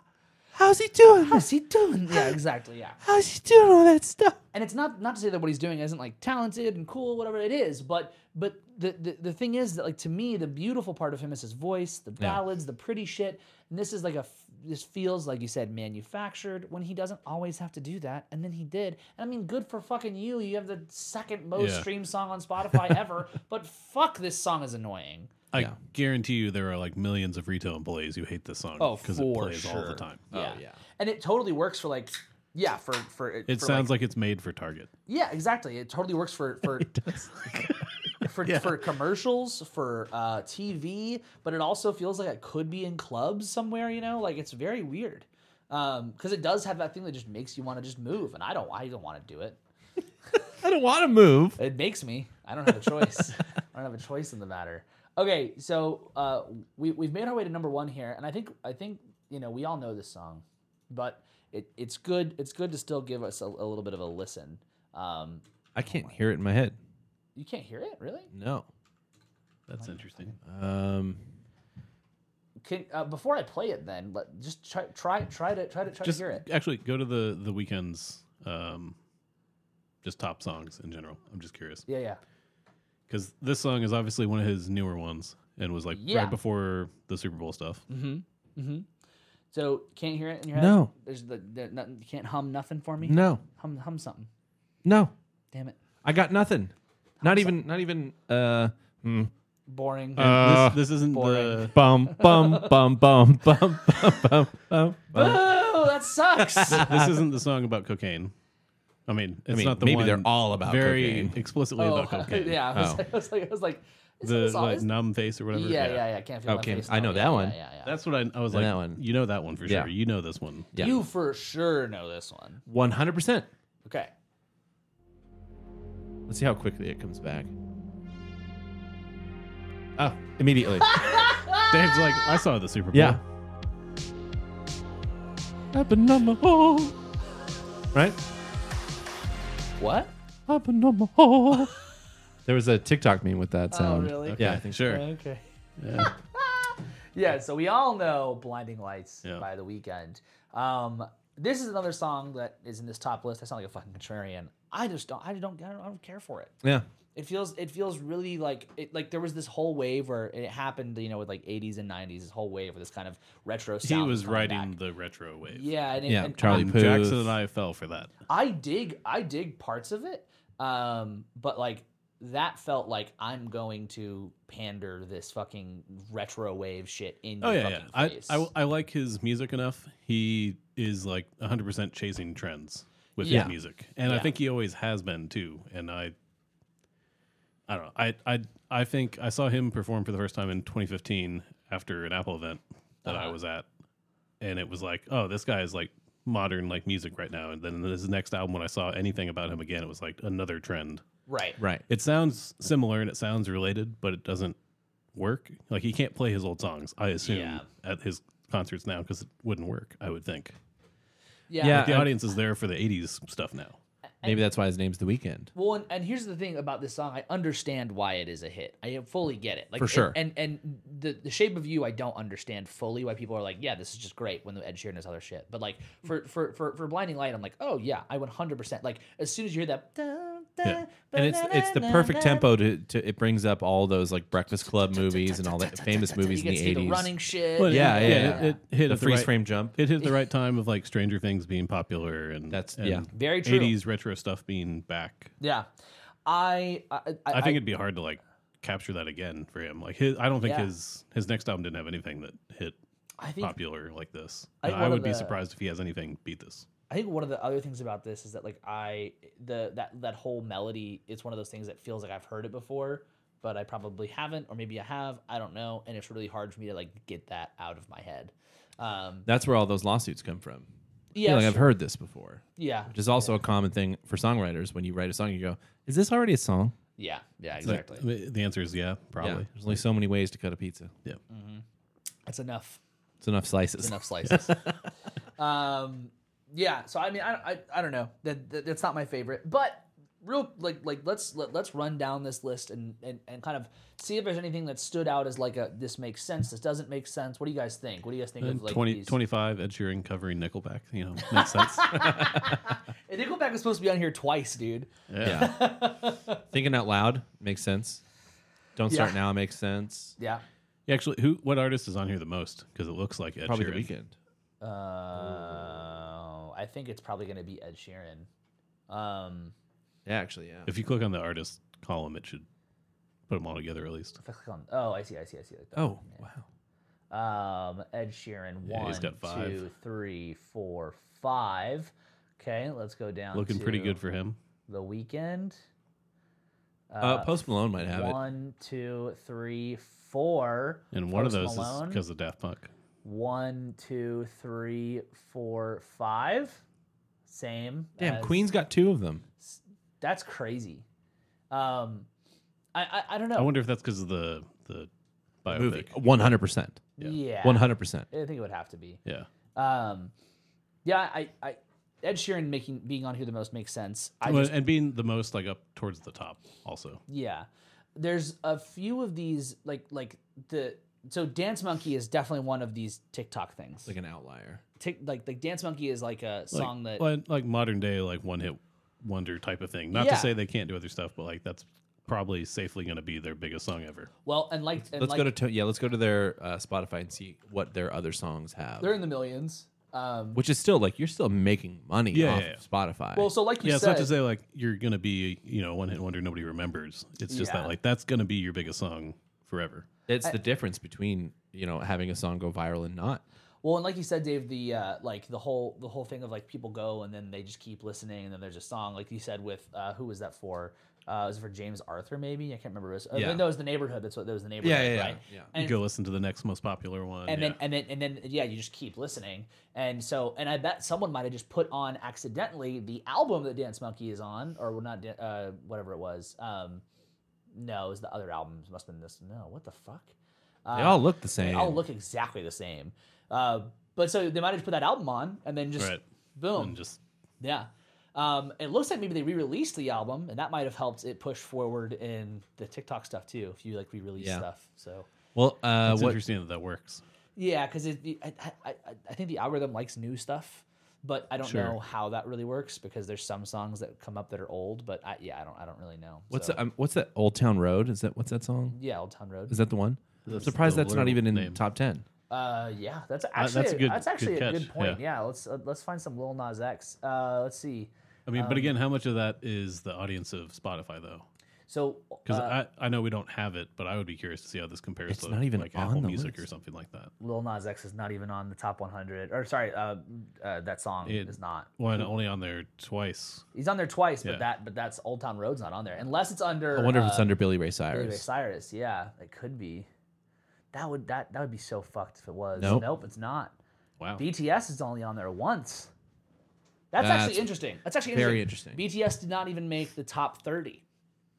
S2: how's he doing?
S1: What's he doing? (laughs) Yeah, exactly. Yeah,
S2: How's he doing all that stuff?
S1: and it's not not to say that what he's doing isn't like talented and cool, whatever it is, but but the the, the thing is that like to me, the beautiful part of him is his voice, the ballads, the pretty shit, and this is like a. f- This feels like you said manufactured when he doesn't always have to do that, and then he did. And I mean, good for fucking you. You have the second most
S3: Yeah.
S1: streamed song
S2: (laughs)
S1: on Spotify ever, but fuck, this song is annoying.
S3: I
S2: Yeah.
S3: guarantee you there are like millions of retail employees who hate this song
S1: Oh,
S3: it
S1: for
S3: plays all the
S1: sure.
S3: time.
S1: Yeah.
S2: Oh, yeah.
S1: And it totally works for like yeah, for for
S3: It
S1: for
S3: sounds like, it's made for Target.
S1: Yeah, exactly. It totally works for for for, for commercials, for uh TV, but it also feels like it could be in clubs somewhere, you know? Like it's very weird. Um cuz it does have that thing that just makes you want to just move and I don't I don't want to do it.
S2: I don't want to move.
S1: It makes me. I don't have a choice. I don't have a choice in the matter. Okay, so uh, we we've made our way to number one here, and I think I think you know we all know this song, but it, it's good. It's good to still give us a, a little bit of a listen. Um,
S2: I can't hear it in my head.
S1: you can't hear it really.
S2: No.
S3: That's interesting.
S2: Um,
S1: Can, uh, before I play it, then let just try try try to try to try
S3: Just
S1: to hear it.
S3: actually go to the the weekend's um just top songs in general. I'm just curious.
S1: Yeah, yeah.
S3: Cuz this song is obviously one of his newer ones and was like
S1: Yeah. Mm-hmm.
S3: right before the Super Bowl stuff.
S1: So can't hear it in your head.
S2: No.
S1: there's the, there, nothing, you can't hum nothing for me.
S2: No,
S1: hum hum something.
S2: no,
S1: Damn it,
S2: I got nothing. Not even, not even. Uh, hmm.
S1: boring.
S2: Uh,
S3: this, this isn't
S1: boring.
S3: the.
S2: bum bum bum bum bum bum bum bum. bum.
S1: (laughs) oh, that
S2: (laughs)
S1: sucks.
S3: This isn't the song about cocaine. I mean, it's
S2: Ah. mean,
S3: not the
S2: maybe
S3: one
S2: they're all about
S3: very
S2: cocaine.
S3: explicitly
S1: oh,
S3: about cocaine.
S1: (laughs) yeah. I was,
S2: Oh.
S1: I was like, I was like, is
S3: the
S1: this all-
S3: like
S1: is-
S3: numb face or whatever.
S1: yeah, yeah, yeah. Can't feel my
S2: Okay,
S1: face.
S2: Oh, I know
S1: Yeah,
S2: that
S1: yeah,
S2: one.
S1: Yeah, yeah.
S3: That's what I, I was like.
S2: And that one.
S3: You know that one for
S2: Yeah.
S3: sure. You know this one.
S2: Yeah.
S1: You for sure know this one.
S2: One hundred percent.
S1: Okay.
S2: Let's see how quickly it comes back. Oh, immediately.
S3: Dave's like, I saw the Super Bowl.
S2: yeah. Up and on my hole. Right?
S1: What?
S2: Up and on my hole. (laughs) There was a TikTok meme with that sound.
S1: Oh, really?
S2: Yeah, I think so.
S3: sure.
S1: (laughs) Okay.
S3: Yeah.
S1: Yeah, so we all know Blinding Lights
S3: Yeah.
S1: by The Weekend. Um, this is another song that is in this top list. I sound like a fucking contrarian. I just don't I don't I don't, I don't care for it.
S2: Yeah.
S1: It feels it feels really like it like there was this whole wave where it happened, you know, with like 80s and 90s, this whole wave of this kind of retro
S3: He
S1: sound.
S3: was
S1: coming
S3: riding
S1: back.
S3: the retro wave. Um,
S1: Yeah, and, it,
S2: Yeah,
S1: and
S2: Charlie
S1: I,
S2: Puth.
S3: Jackson and I fell for that.
S1: I dig I dig parts of it. Um, but like that felt like I'm going to pander this fucking retro wave shit in
S3: Oh
S1: your
S3: yeah, yeah.
S1: fucking
S3: I,
S1: face.
S3: I I like his music enough. He is like 100 percent chasing trends with
S1: Yeah.
S3: his music, and I
S1: Yeah.
S3: think he always has been too. And I, I don't know. I I I think I saw him perform for the first time in 2015 after an Apple event that I
S1: Uh-huh.
S3: was at, and it was like, oh, this guy is like modern like music right now. And then his next album, when I saw anything about him again, it was like another trend.
S1: right.
S2: Right.
S3: It sounds similar and it sounds related, but it doesn't work. Like he can't play his old songs. I assume
S1: Yeah.
S3: at his concerts now because it wouldn't work. I would think
S1: Uh, Yeah.
S2: Yeah.
S3: the
S2: I-
S3: audience is there for the '80s stuff now.
S2: Maybe that's why his name's The Weekend.
S1: Well, and, and here's the thing about this song. I understand why it is a hit. I fully get it. Like
S2: For
S1: and-
S2: sure.
S1: And and, the, the shape of you, I don't understand fully why people are like, yeah, this is just great when the Ed Sheeran does other shit. But like for for for, for Blinding Light, I'm like, oh yeah, I 100. percent Like as soon as you hear that, dun,
S2: Yeah.
S1: dun,
S2: And it's it's the perfect
S1: ba-na-na-na-na,
S2: tempo to, to it brings up all those like Breakfast Club movies and all that famous
S1: (laughs)
S2: movies
S1: You
S2: in
S1: get
S2: the
S1: to see the
S2: eighties.
S1: running shit.
S3: But
S2: yeah, yeah,
S3: It, it hit
S2: The
S3: at
S2: freeze
S3: right,
S2: frame jump.
S3: It hit the right time of like Stranger Things being popular and
S2: That's-
S3: and
S2: yeah.
S1: Very true.
S3: '80s retro stuff being back.
S1: Yeah. I I, I,
S3: I, think
S1: I-
S3: it'd be hard to like capture that again for him. Like his, I don't think
S1: Yeah.
S3: his his next album didn't have anything that hit
S1: I think
S3: popular like this.
S1: I
S3: I,
S1: think one of
S3: would be
S1: the-
S3: surprised if he has anything beat this.
S1: I think one of the other things about this is that like I the that that whole melody it's one of those things that feels like I've heard it before, but I probably haven't, or maybe I have, I don't know, and it's really hard for me to like get that out of my head. Um,
S2: That's where all those lawsuits come from.
S1: yeah,
S2: like I've
S1: sure.
S2: heard this before.
S1: yeah,
S2: Which is also a common thing for songwriters when you write a song you go, Is this already a song?
S1: yeah, yeah,
S3: Like,
S1: exactly.
S3: the- the answer is yeah, probably.
S2: Yeah. There's only so many ways to cut a pizza.
S1: That's enough.
S2: It's enough slices.
S1: Enough slices. um, yeah, so I mean, I, I, I don't know. That, that that's not my favorite, but real like like let's let, let's run down this list and, and and kind of see if there's anything that stood out as like a this makes sense, this doesn't make sense. What do you guys think? What do you guys think
S3: And
S1: of like
S3: 20,
S1: these?
S3: 25 Ed Sheeran covering Nickelback, you know, makes sense.
S1: (laughs) And Nickelback is supposed to be on here twice, dude.
S3: Yeah.
S1: (laughs)
S2: Thinking out loud makes sense. Don't start
S1: Yeah.
S2: now makes sense.
S1: Yeah.
S3: Actually, who what artist is on here the most? Because it looks like Ed
S2: Probably
S3: Sheeran.
S2: the weekend.
S1: Uh, I think it's probably going to be Ed Sheeran. Um,
S2: Yeah, actually, yeah.
S3: If you click on the artist column, it should put them all together at least.
S1: if I click on, oh, I see, I see, I see. Like that.
S2: oh, wow.
S1: Um, Ed Sheeran,
S3: Yeah,
S1: one,
S3: he's got five.
S1: two, three, four, five. Okay, let's go down.
S3: Looking
S1: to
S3: pretty good for him.
S1: the weekend.
S2: Uh, Post Malone might have it.
S1: One, two, three, four.
S3: And one of
S1: Post
S3: those is
S1: Malone.
S3: because of Daft Punk.
S1: One, two, three, four, five. Same.
S2: Damn,
S1: as-
S2: Queen's got two of them.
S1: That's crazy. Um, I I, I don't know.
S3: I wonder if that's because of the the biopic.
S2: Movie. 100%.
S1: yeah.
S2: 100%.
S1: I think it would have to be.
S3: Yeah.
S1: Um, yeah. I, I Ed Sheeran making being on here the most makes sense. I
S3: Well,
S1: just
S3: and being the most like up towards the top also.
S1: yeah. There's a few of these like like the so Dance Monkey is definitely one of these TikTok things.
S2: Like an outlier.
S1: Tik- like like Dance Monkey is like a
S3: Like,
S1: song that
S3: like, like modern day like one hit wonder type of thing. Not
S1: Yeah.
S3: to say they can't do other stuff, but like that's probably safely going to be their biggest song ever.
S1: Well, and like, and
S2: let's
S1: like,
S2: go to to yeah. Let's go to their uh, Spotify and see what their other songs have,
S1: they're in the millions. Um,
S2: which is still like you're still making money
S3: Yeah,
S2: off
S3: yeah,
S2: of Spotify.
S1: well, so like you
S3: yeah, it's
S1: said,
S3: not to say like you're going to be you know one hit wonder nobody remembers. It's just
S1: Yeah.
S3: that like that's going to be your biggest song forever.
S2: it's the difference between you know having a song go viral and not.
S1: well, and like you said, Dave, the uh, like the whole the whole thing of like people go and then they just keep listening, and then there's a song like you said with uh, who was that for? Uh, was it for James Arthur? Maybe I can't remember. It was,
S2: Yeah.
S1: yeah. No, it was the neighborhood. That's what that was the neighborhood.
S2: yeah, yeah,
S1: right?
S2: yeah.
S1: And
S3: you go listen to the next most popular one.
S1: and
S3: yeah.
S1: then and then and then yeah you just keep listening and so and i bet someone might have just put on accidentally the album that dance monkey is on or well, not Dan- uh, whatever it was um no it was the other album it must have been this no what the fuck uh,
S2: They all look the same.
S1: they all look exactly the same uh, but so they might have just put that album on and then just
S3: Right.
S1: boom
S3: and just
S1: yeah um, it looks like maybe they re-released the album and that might have helped it push forward in the tiktok stuff too if you like re-release
S2: Yeah.
S1: stuff so
S2: well. Uh,
S3: it's
S2: what
S3: interesting that that works.
S1: Yeah, because I, I, I- I think the algorithm likes new stuff, but I don't
S3: Sure.
S1: know how that really works because there's some songs that come up that are old, but I, yeah, I don't I don't really know.
S2: what's
S1: so,
S2: that, um, what's that Old Town Road? Is that what's that song?
S1: yeah, Old Town Road.
S2: Is that the one? I'm
S3: That's
S2: surprised
S3: the
S2: that's not even in
S3: name.
S2: top ten.
S1: uh, yeah, that's
S3: that's
S1: actually that's,
S3: a good- good
S1: actually a
S3: catch,
S1: good point.
S3: yeah.
S1: Yeah, let's uh, let's find some Lil Nas X. Uh, let's see.
S3: I
S1: Um,
S3: mean, but again, how much of that is the audience of Spotify though?
S1: So
S3: Because
S1: uh,
S3: I, I know we don't have it, but I would be curious to see how this compares
S2: It's
S3: to
S2: not even
S3: like
S2: on
S3: Apple
S2: the
S3: Music or
S2: list.
S3: something like that.
S1: Lil Nas X is not even on the top 100, or sorry, uh, uh, that song
S3: It-
S1: is not.
S3: Well, and only on there twice.
S1: He's on there twice,
S3: Yeah.
S1: but that but that's Old Town Road's not on there unless it's under.
S2: I wonder if it's
S1: uh,
S2: under Billy Ray
S1: Billy
S2: Cyrus.
S1: Ray Cyrus, yeah, it could be. That would that that would be so fucked if it was.
S2: Nope.
S1: it's not.
S3: Wow.
S1: BTS is only on there once. That's,
S2: That's
S1: actually interesting. That's actually
S2: very
S1: interesting.
S2: interesting.
S1: BTS did not even make the top thirty.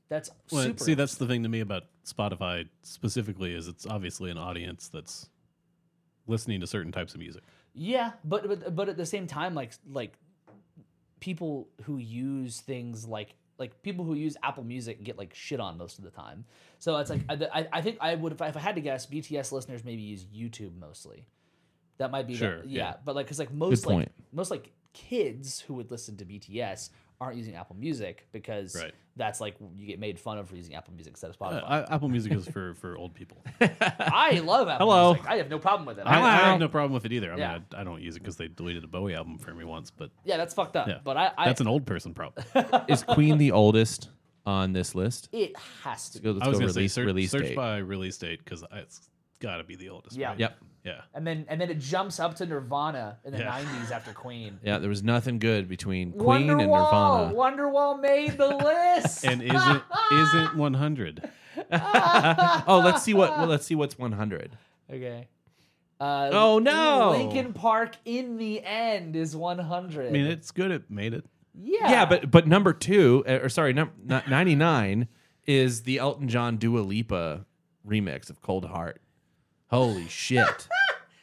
S1: That's
S3: Well,
S1: super.
S3: see, that's the thing to me about Spotify specifically is it's obviously an audience that's listening to certain types of music.
S1: yeah, but, but but at the same time, like like people who use things like like people who use Apple Music get like shit on most of the time. So it's like I, I- I think I would if I, if I had to guess, BTS listeners maybe use YouTube mostly. That might be the-
S3: Sure,
S1: yeah,
S3: yeah.
S1: But like, cause like most like
S2: point.
S1: most like kids who would listen to BTS aren't using Apple Music because
S3: Right.
S1: that's like you get made fun of for using Apple Music instead of
S3: Uh,
S1: Spotify.
S3: I, Apple Music is for, for old
S2: (laughs)
S3: people.
S1: I love Apple
S3: (laughs)
S2: Hello.
S1: Music. I have no problem with it.
S3: I, I have no problem with it either. I
S1: Yeah.
S3: mean, I, I don't use it because they deleted a Bowie album for me once, but
S1: yeah, that's fucked up.
S3: yeah,
S1: But I, I
S3: that's an old person
S2: (laughs)
S3: problem.
S2: Is Queen (laughs) the oldest on this list?
S1: it has to.
S2: Go- Let's
S3: I was
S2: go
S3: going to say
S2: release
S3: search,
S2: release
S3: search
S2: date.
S3: by release date because it's got to be the oldest.
S1: Yeah.
S3: right?
S2: Yep.
S3: Yeah.
S1: And then and then it jumps up to Nirvana in the
S3: Yeah.
S1: '90s after Queen.
S2: Yeah, there was nothing good between (laughs) Queen
S1: Wonderwall.
S2: and Nirvana.
S1: Wonderwall made
S2: (laughs)
S1: the list.
S3: And isn't isn't 100?
S2: Oh, let's see (laughs) what well, let's see what's 100.
S1: (laughs) okay. Uh,
S2: Oh, no.
S1: Lincoln Park in the end is 100.
S3: I mean, it's good. It made it.
S1: yeah.
S2: Yeah, but but number 2 uh, or sorry, num- not 99 is the Elton John Dua Lipa remix of Cold Heart. Holy shit.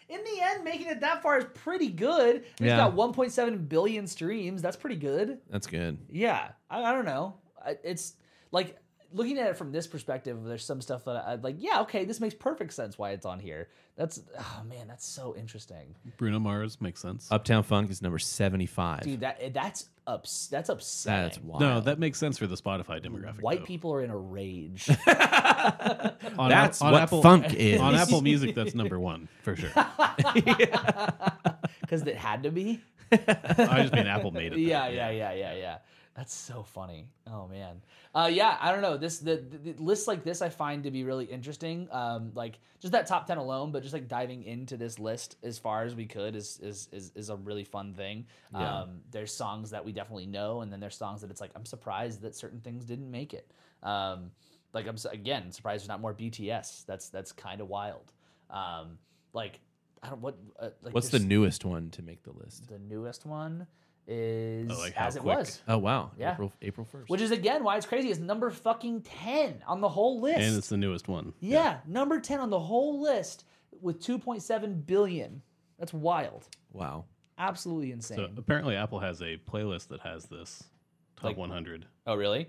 S1: in the end, making it that far is pretty good. It's
S2: Yeah.
S1: got 1.7 billion streams. That's pretty good.
S2: That's good.
S1: Yeah, I, I don't know. I- It's like looking at it from this perspective. There's some stuff that I like. Yeah, okay, this makes perfect sense why it's on here. That's oh man, that's so interesting,
S3: Bruno Mars makes sense.
S2: Uptown Funk is number 75.
S1: dude. That that's ups. That's upsetting.
S2: That's wild.
S3: no, that makes sense for the Spotify demographic.
S1: White
S3: though.
S1: people are in a rage.
S3: On,
S2: That's
S3: on
S2: what
S3: Apple,
S2: funk is.
S3: On Apple Music, that's number one for sure.
S1: because it had to be.
S3: I just mean Apple made
S2: (laughs)
S3: it.
S1: Yeah,
S3: there.
S1: yeah, yeah, yeah, yeah. That's so funny. Oh man. Uh, yeah, I don't know. This the, the, the lists like this I find to be really interesting. Um, like just that top ten alone, but just like diving into this list as far as we could is is is, is a really fun thing.
S2: Yeah.
S1: Um, there's songs that we definitely know, and then there's songs that it's like I'm surprised that certain things didn't make it. Um, like I'm su- again surprised there's not more BTS. That's that's kind of wild. Um, like I don't what uh, like
S2: What's the
S1: there's-
S2: newest one to make the list?
S1: the newest one is
S3: Oh, like How
S1: as it
S3: Quick?
S1: was.
S2: Oh wow.
S1: Yeah.
S2: April April 1st.
S1: Which is again why it's crazy. It's number fucking ten on the whole list.
S3: And it's the newest one.
S1: yeah, number ten on the whole list with two point seven billion. That's wild.
S2: wow.
S1: Absolutely
S3: So
S1: insane.
S3: apparently, Apple has a playlist that has this top
S1: Like-
S3: 100,
S1: oh really?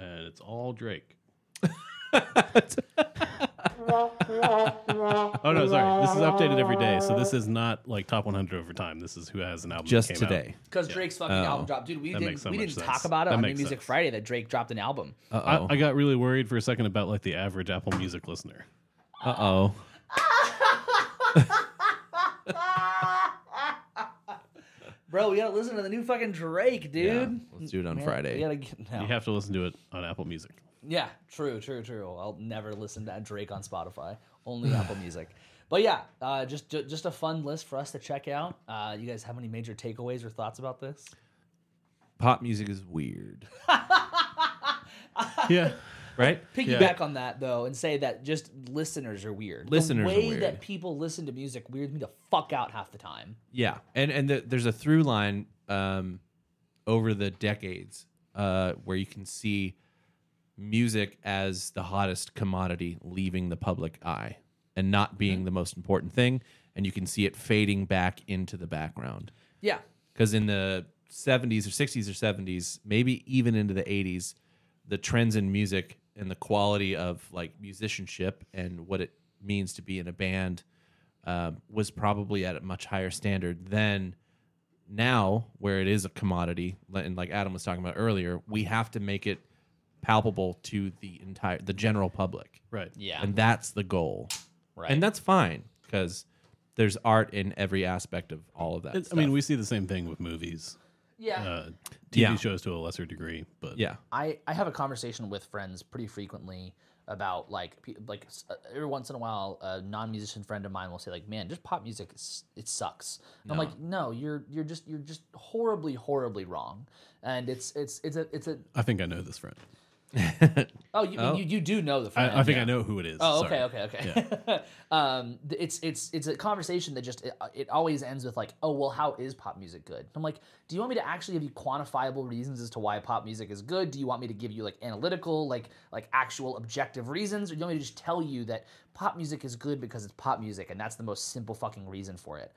S3: and it's all Drake. Oh no, sorry. This is updated every day, so this is not like top 100 over time. This is who has an album that
S2: Just
S3: came out.
S2: today.
S1: Because Drake's fucking
S2: Oh.
S1: album dropped, dude. We
S3: That
S1: didn't
S3: makes so
S1: we
S3: much
S1: didn't
S3: sense.
S1: talk about it
S3: That
S1: on New
S3: makes
S1: Music
S3: sense.
S1: Friday that Drake dropped an album.
S2: Uh
S3: I, I got really worried for a second about like the average Apple Music listener.
S2: oh. Uh oh.
S1: Bro, we gotta listen to the new fucking Drake, dude.
S2: Yeah. Let's do it on
S1: Man,
S2: Friday.
S1: We gotta get, no.
S3: You have to listen to it on Apple Music.
S1: Yeah, true, true, true. I'll never listen to Drake on Spotify,
S2: (sighs)
S1: only Apple Music. But yeah, uh, just ju- just a fun list for us to check out. Uh, you guys have any major takeaways or thoughts about this?
S2: Pop music is (laughs) weird.
S3: Yeah.
S2: Right?
S1: Piggyback on that though, and say that just listeners are weird.
S2: Listeners
S1: the
S2: are
S1: way
S2: weird.
S1: that people listen to music weird me the fuck out half the time.
S2: Yeah, and and the, there's a through line um, over the decades uh, where you can see music as the hottest commodity leaving the public eye and not being the most important thing, and you can see it fading back into the background
S1: Yeah,
S2: because in the 70s or 60s or 70s maybe even into the 80s the trends in music and the quality of like musicianship and what it means to be in a band um, was probably at a much higher standard than now where it is a commodity and like adam was talking about earlier we have to make it palpable to the entire the general public
S3: Right.
S1: yeah,
S2: and that's the goal
S1: right.
S2: and that's fine because there's art in every aspect of all of that
S3: It- I
S2: stuff.
S3: mean, we see the same thing with movies,
S1: yeah.
S3: uh, TV
S2: Yeah.
S3: shows to a lesser degree, but
S2: yeah
S1: I, I have a conversation with friends pretty frequently about like pe- like s- uh, every once in a while a non-musician friend of mine will say like man just pop music is, it sucks And i'm like no you're you're just you're just horribly horribly wrong and it's it's it's a it's a
S3: I think I know this friend.
S1: oh you
S2: Oh.
S1: You, you do know the friend
S3: I, I think I know who it is.
S1: Oh,
S3: Sorry.
S1: okay, okay, okay. (laughs) um, th- it's it's it's a conversation that just it, it always ends with like, oh well, how is pop music good? I'm like, do you want me to actually give you quantifiable reasons as to why pop music is good? Do you want me to give you like analytical, like like actual objective reasons, or do you want me to just tell you that pop music is good because it's pop music and that's the most simple fucking reason for it?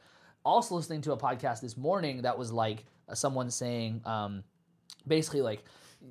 S1: Also, listening to a podcast this morning that was like uh, someone saying. Um, basically like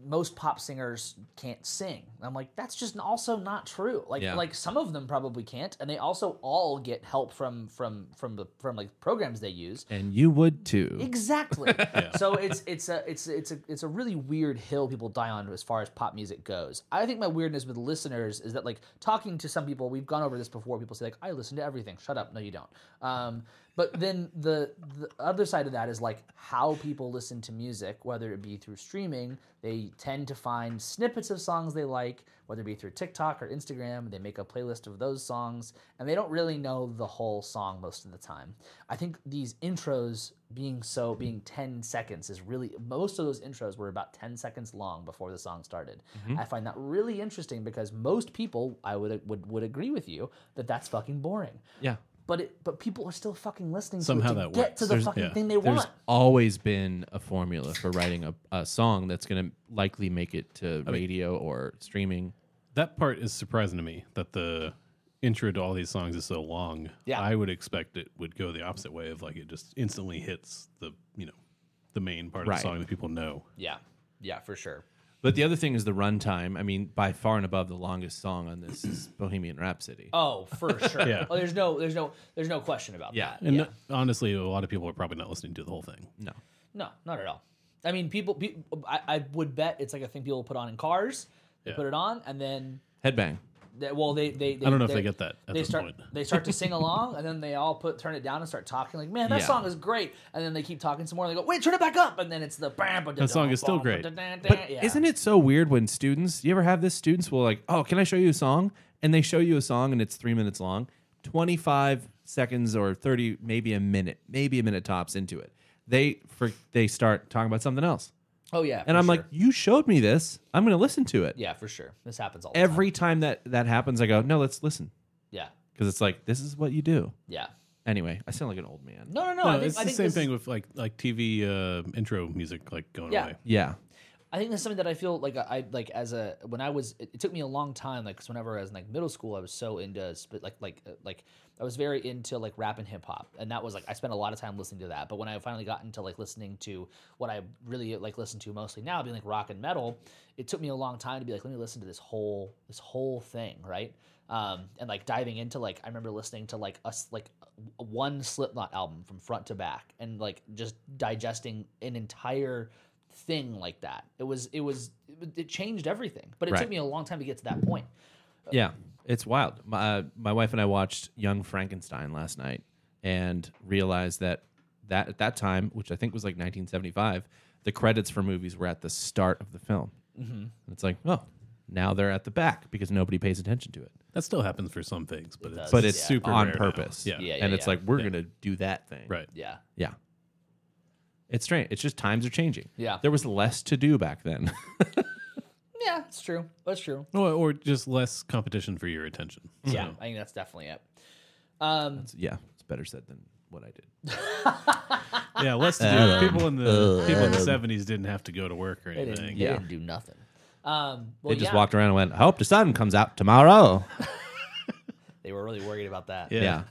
S1: most pop singers can't sing. And I'm like, that's just also not true. Like
S2: Yeah.
S1: like some of them probably can't, and they also all get help from from from the from like programs they use.
S2: and you would too.
S1: Exactly. So it's it's a it's it's a it's a really weird hill people die on as far as pop music goes. I think my weirdness with listeners is that like talking to some people, we've gone over this before. People say like, I listen to everything. Shut up. No, you don't. Um, but then the the other side of that is like how people listen to music, whether it be through streaming. They tend to find snippets of songs they like, whether it be through TikTok or Instagram. They make a playlist of those songs, and they don't really know the whole song most of the time. I think these intros being so being 10 seconds is really most of those intros were about 10 seconds long before the song started
S3: Mm-hmm.
S1: i find that really interesting because most people i would would would agree with you that that's fucking boring
S2: yeah.
S1: but it but people are still fucking listening
S3: Somehow
S1: to it to
S3: that
S1: get
S3: works.
S1: to the
S3: There's-
S1: fucking
S3: yeah.
S1: thing they
S2: There's
S1: want
S2: always been a formula for writing a, a song that's going to likely make it to radio or streaming.
S3: That part is surprising to me that the intro to all these songs is so long.
S1: Yeah.
S3: I would expect it would go the opposite way of like it just instantly hits the, you know, the main part of
S2: Right.
S3: the song that people know.
S1: yeah yeah for sure
S2: But the other thing is the runtime. I mean, by far and above, the longest song on this is Bohemian Rhapsody.
S1: oh
S3: (laughs)
S1: for sure
S3: Yeah.
S1: oh, there's no there's no there's no question about
S2: Yeah.
S1: that
S3: And honestly, a lot of people are probably not listening to the whole thing.
S2: No.
S1: No, not at all. I mean, people. Pe- I, I would bet it's like a thing people put on in cars. They
S3: Yeah.
S1: put it on, and then
S2: Headbang.
S1: they, well, they, they, they
S3: I don't know if they get that at
S1: they
S3: this
S1: start
S3: point.
S1: they start to sing along, and then they all put turn it down and start talking like, "Man, that
S2: Yeah.
S1: song is great!" And then they keep talking some more. And they go, "Wait, turn it back up!" And then it's the that
S3: song is still great.
S2: But isn't it so weird when students, you ever have this? Students will, like, oh, can I show you a song? And they show you a song and it's three minutes long, 25 seconds or 30, maybe a minute, maybe a minute tops into it. They, for, they start talking about something else.
S1: Oh yeah,
S2: And
S1: for
S2: I'm like,
S1: sure.
S2: you showed me this. I'm going to listen to it.
S1: "Yeah, for sure, this happens all the time."
S2: Every time that that happens, I go, no, let's listen.
S1: Yeah,
S2: Because it's like, this is what you do.
S1: yeah.
S2: Anyway, I sound like an old man.
S1: No, no, no.
S3: No,
S1: I think,
S3: it's
S1: I
S3: the
S1: think
S3: same
S1: this-
S3: thing with like like TV uh, intro music like going
S1: Yeah.
S3: away.
S2: Yeah.
S1: I think that's something that I feel like I- I like as a when I was it, it took me a long time like 'cause whenever I was in like middle school I was so into sp- like like uh, like I was very into like rap and hip hop and that was like I spent a lot of time listening to that but when I finally got into like listening to what I really like listen to mostly now being like rock and metal it took me a long time to be like let me listen to this whole this whole thing right um, and like diving into like I remember listening to like us like a- one Slipknot album from front to back and like just digesting an entire thing like that. It was it was it changed everything, but it
S2: Right.
S1: took me a long time to get to that point.
S2: Yeah, it's wild. My uh, my wife and I watched Young Frankenstein last night and realized that that at that time, which I think was like 1975, the credits for movies were at the start of the film. Mm-hmm. And it's like, oh, now they're at the back because nobody pays attention to it.
S3: That still happens for some things, but it's,
S2: But it's
S1: Yeah.
S2: super
S3: on
S2: on
S3: purpose.
S2: purpose.
S3: Yeah.
S1: Yeah,
S2: and
S1: yeah,
S2: it's
S1: yeah.
S2: like we're gonna do that thing.
S3: right.
S1: Yeah.
S2: Yeah. It's strange. It's just times are changing.
S1: Yeah.
S2: There was less to do back then. (laughs)
S1: Yeah, it's true. That's true.
S3: Or, or just less competition for your attention.
S1: Yeah,
S3: So,
S1: I think that's definitely it. Um,
S2: yeah. It's better said than what I did.
S3: yeah, less to do.
S2: Um,
S3: people in the people
S2: uh,
S3: in the seventies didn't have to go to work or
S1: they didn't,
S3: anything.
S1: they
S2: Yeah.
S1: didn't do nothing. Um, well,
S2: they just
S1: yeah,
S2: walked around and went, I hope the sun comes
S1: (laughs)
S2: out tomorrow.
S1: They were really worried about that.
S2: Yeah.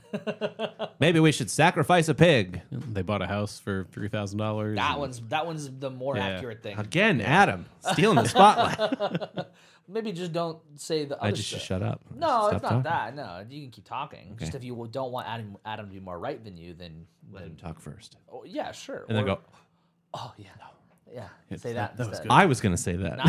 S1: (laughs)
S2: Maybe we should sacrifice a pig.
S3: They bought a house for three thousand dollars.
S1: That one's that one's the more
S3: Yeah.
S1: accurate thing.
S2: Again, Adam, stealing
S1: (laughs)
S2: the spotlight.
S1: Maybe just don't say the other
S2: I just should
S1: stuff.
S2: shut up.
S1: No,
S2: Stop
S1: it's not
S2: talking.
S1: that. No, you can keep talking. Just
S2: Okay.
S1: if you don't want Adam Adam to be more right than you, then,
S2: Let him
S1: then
S2: talk first.
S1: oh, yeah, sure.
S2: And then
S1: Or-
S2: go,
S1: oh yeah, yeah. Say that.
S3: that was
S1: instead.
S3: good.
S2: I was going to say that.
S3: Not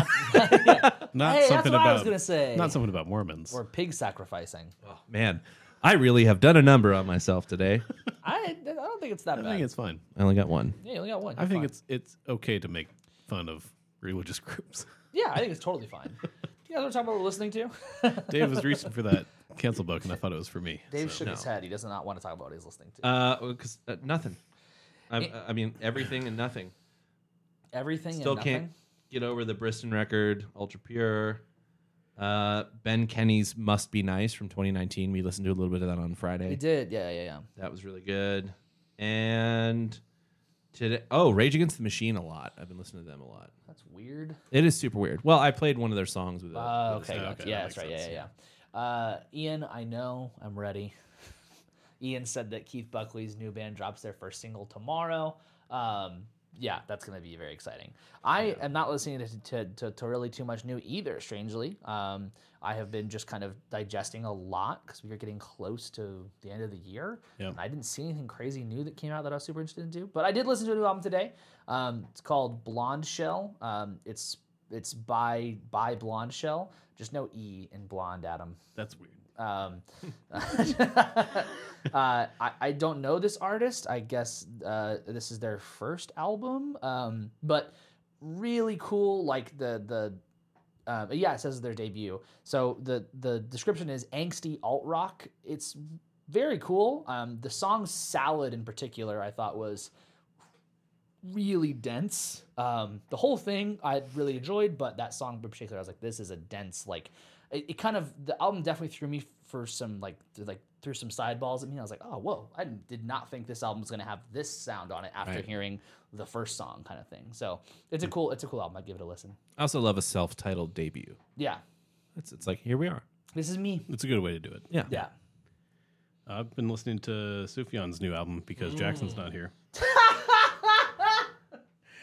S1: Hey, that's
S3: something
S1: what
S3: about
S1: I was gonna say.
S3: not something about Mormons.
S1: Or pig sacrificing.
S2: Oh, (laughs) man, I really have done a number on myself today.
S1: I I don't think it's that
S3: I
S1: bad.
S3: think it's fine.
S2: I only got one.
S1: yeah, you only got one.
S3: I
S1: You're
S3: think
S1: fine.
S3: it's it's okay to make fun of religious (laughs) groups.
S1: yeah. I think it's totally fine. Do you guys want to talk about what we're listening to? (laughs)
S3: Dave was reaching for that cancel book, and I thought it was for me.
S1: Dave
S3: so.
S1: shook his head. He does not want to talk about what he's listening to.
S2: Uh, because uh, nothing. I, I mean, everything and nothing.
S1: Everything
S2: Still
S1: and nothing.
S2: can't get over the Briston record, Ultra Pure. Uh, ben Kenny's Must Be Nice from 2019. We listened to a little bit of that on Friday.
S1: We did. Yeah, yeah, yeah.
S2: That was really good. And today, oh, Rage Against the Machine a lot. I've been listening to them a lot.
S1: That's weird.
S2: It is super weird. Well, I played one of their songs with. a-
S1: Uh,
S2: with a
S1: okay,
S2: staff.
S1: gotcha.
S3: okay,
S1: yeah,
S3: that
S1: that's
S3: makes
S1: right. Yeah,
S3: sense,
S1: yeah, yeah. Uh, Ian, I know I'm ready. Ian said that Keith Buckley's new band drops their first single tomorrow. Um, yeah, that's going to be very exciting. I am not listening to, to, to, to really too much new either, strangely. Um, I have been just kind of digesting a lot because we are getting close to the end of the year.
S3: Yeah.
S1: And I didn't see anything crazy new that came out that I was super interested into, but I did listen to a new album today. Um, it's called Blonde Shell. Um, it's it's by by Blonde Shell. Just no E in blonde, Adam.
S3: That's weird.
S1: Um, (laughs) uh, I, I don't know this artist. I guess uh, this is their first album, um, but really cool. Like the the um, yeah, it says their debut. So the the description is angsty alt rock. It's very cool. Um, the song "Salad" in particular, I thought was really dense. Um, the whole thing I really enjoyed, but that song in particular, I was like, this is a dense like. It, it kind of the album definitely threw me for some like th- like threw some sideballs at me. I was like, oh whoa, I didn't- did not think this album was gonna have this sound on it after
S2: Right.
S1: hearing the first song kind of thing. So it's a cool it's a cool album. I'd give it a listen.
S2: I also love a self-titled debut.
S1: Yeah,
S2: It's it's like here we are.
S1: this is me.
S3: It's a good way to do it.
S2: Yeah.
S1: Yeah.
S3: I've been listening to Sufjan's new album
S1: Mm.
S3: because Jackson's not here.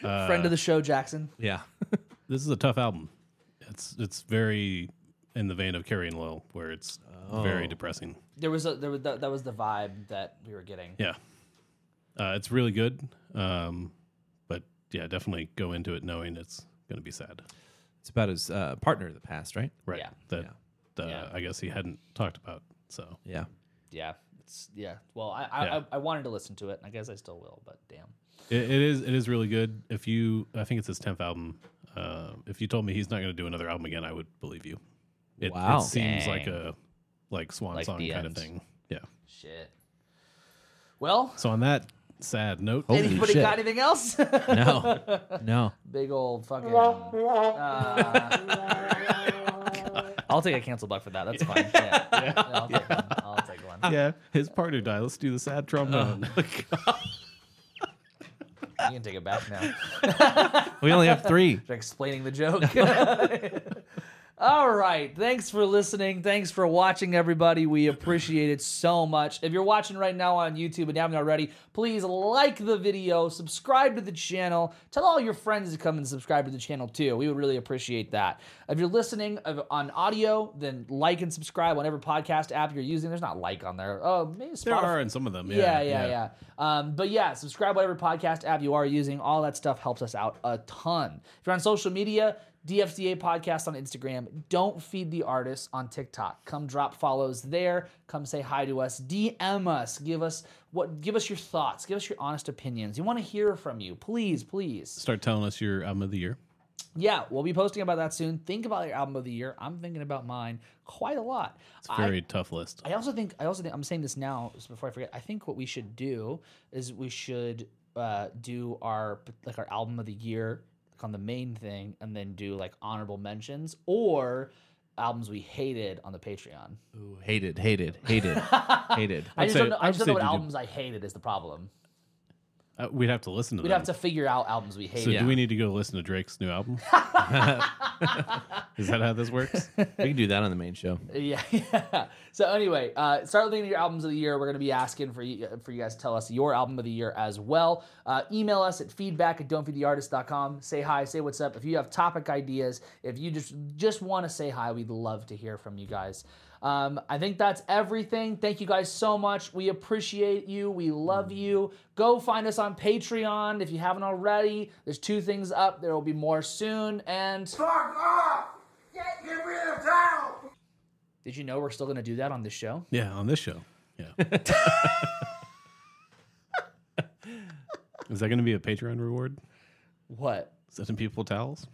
S1: Uh, Friend of the show, Jackson.
S2: Yeah.
S3: This is a tough album. It's it's very in the vein of Carrying Low, where it's very depressing.
S1: There was a there was that, that was the vibe that we were getting.
S3: Yeah, uh, it's really good. Um, but yeah, definitely go into it knowing it's going to be sad.
S2: (laughs) It's about his uh, partner of the past, right?
S3: Right.
S1: Yeah.
S3: That uh,
S1: Yeah.
S3: I guess he hadn't talked about. So
S2: Yeah.
S1: Yeah. It's yeah. Well, I I,
S3: Yeah.
S1: I I wanted to listen to it. and I guess I still will, but damn.
S3: It, it is it is really good. If you, I think it's his tenth album. Uh, if you told me he's not going to do another album again, I would believe you. It,
S2: Wow.
S3: it seems
S1: Dang.
S3: like a like swan
S1: Like
S3: song
S1: the
S3: kind of
S1: end.
S3: thing. Yeah.
S1: Shit. Well,
S3: So on that sad note,
S2: Holy
S1: anybody
S2: shit.
S1: got anything else? (laughs)
S2: No. no.
S1: Big old fucking. uh, I'll take a cancel buck for that. That's fine. Yeah. Yeah, I'll, take one. I'll take one.
S3: (laughs) yeah, his partner died. Let's do the sad trombone.
S2: Oh.
S3: (laughs)
S1: You can take it back now.
S2: (laughs) We only have three.
S3: (laughs)
S1: They're explaining the joke. (laughs) All right. Thanks for listening. Thanks for watching, everybody. We appreciate it so much. If you're watching right now on YouTube and you haven't already, please like the video, subscribe to the channel, tell all your friends to come and subscribe to the channel too. We would really appreciate that. If you're listening of- on audio, then like and subscribe on every podcast app you're using. There's not like on there. Oh, maybe Spotify.
S3: There are in some of them.
S1: Yeah, yeah, yeah. Um, but yeah, subscribe whatever podcast app you are using. All that stuff helps us out a ton. If you're on social media, DFDA podcast on Instagram. Don't feed the artists on TikTok. Come drop follows there. Come say hi to us. DM us. Give us what? Give us your thoughts. Give us your honest opinions. You want to hear from you. Please, please.
S3: Start telling us your album of the year.
S1: Yeah, we'll be posting about that soon. Think about your album of the year. I'm thinking about mine quite a lot.
S3: It's a very tough list.
S1: I also think I also think I'm saying this now just before I forget. I think what we should do is we should uh, do our like our album of the year like on the main thing, and then do like honorable mentions or albums we hated on the Patreon. (laughs)
S2: Ooh, hated, hated, hated, hated.
S1: I just
S3: say-
S1: don't know. I
S3: I'd
S1: just don't know
S3: say
S1: what
S3: do the-
S1: albums I hated is the problem.
S3: (laughs) Uh, we'd have to listen to
S1: We'd
S3: them.
S1: have to figure out albums we hated.
S3: so do we need to go listen to Drake's
S1: (laughs)
S3: new album? Is that how this works?
S2: We can do that on the main show.
S1: Yeah, (laughs) yeah. So anyway, uh, start looking at your albums of the year. We're going to be asking for you, uh, for you guys to tell us your album of the year as well. Uh, email us at feedback at don'tfeedtheartist.com. Say hi, say what's up. If you have topic ideas, if you just just want to say hi, we'd love to hear from you guys. Um, I think that's everything. Thank you guys so much. We appreciate you. We love you. Go find us on Patreon if you haven't already. There's two things up. There will be more soon. And
S6: Fuck off! Get rid of town!
S1: did you know we're still going to do that on this show?
S3: Yeah, on this show. Yeah.
S1: (laughs)
S3: Is that going to be a Patreon reward?
S1: What?
S3: Sending people towels?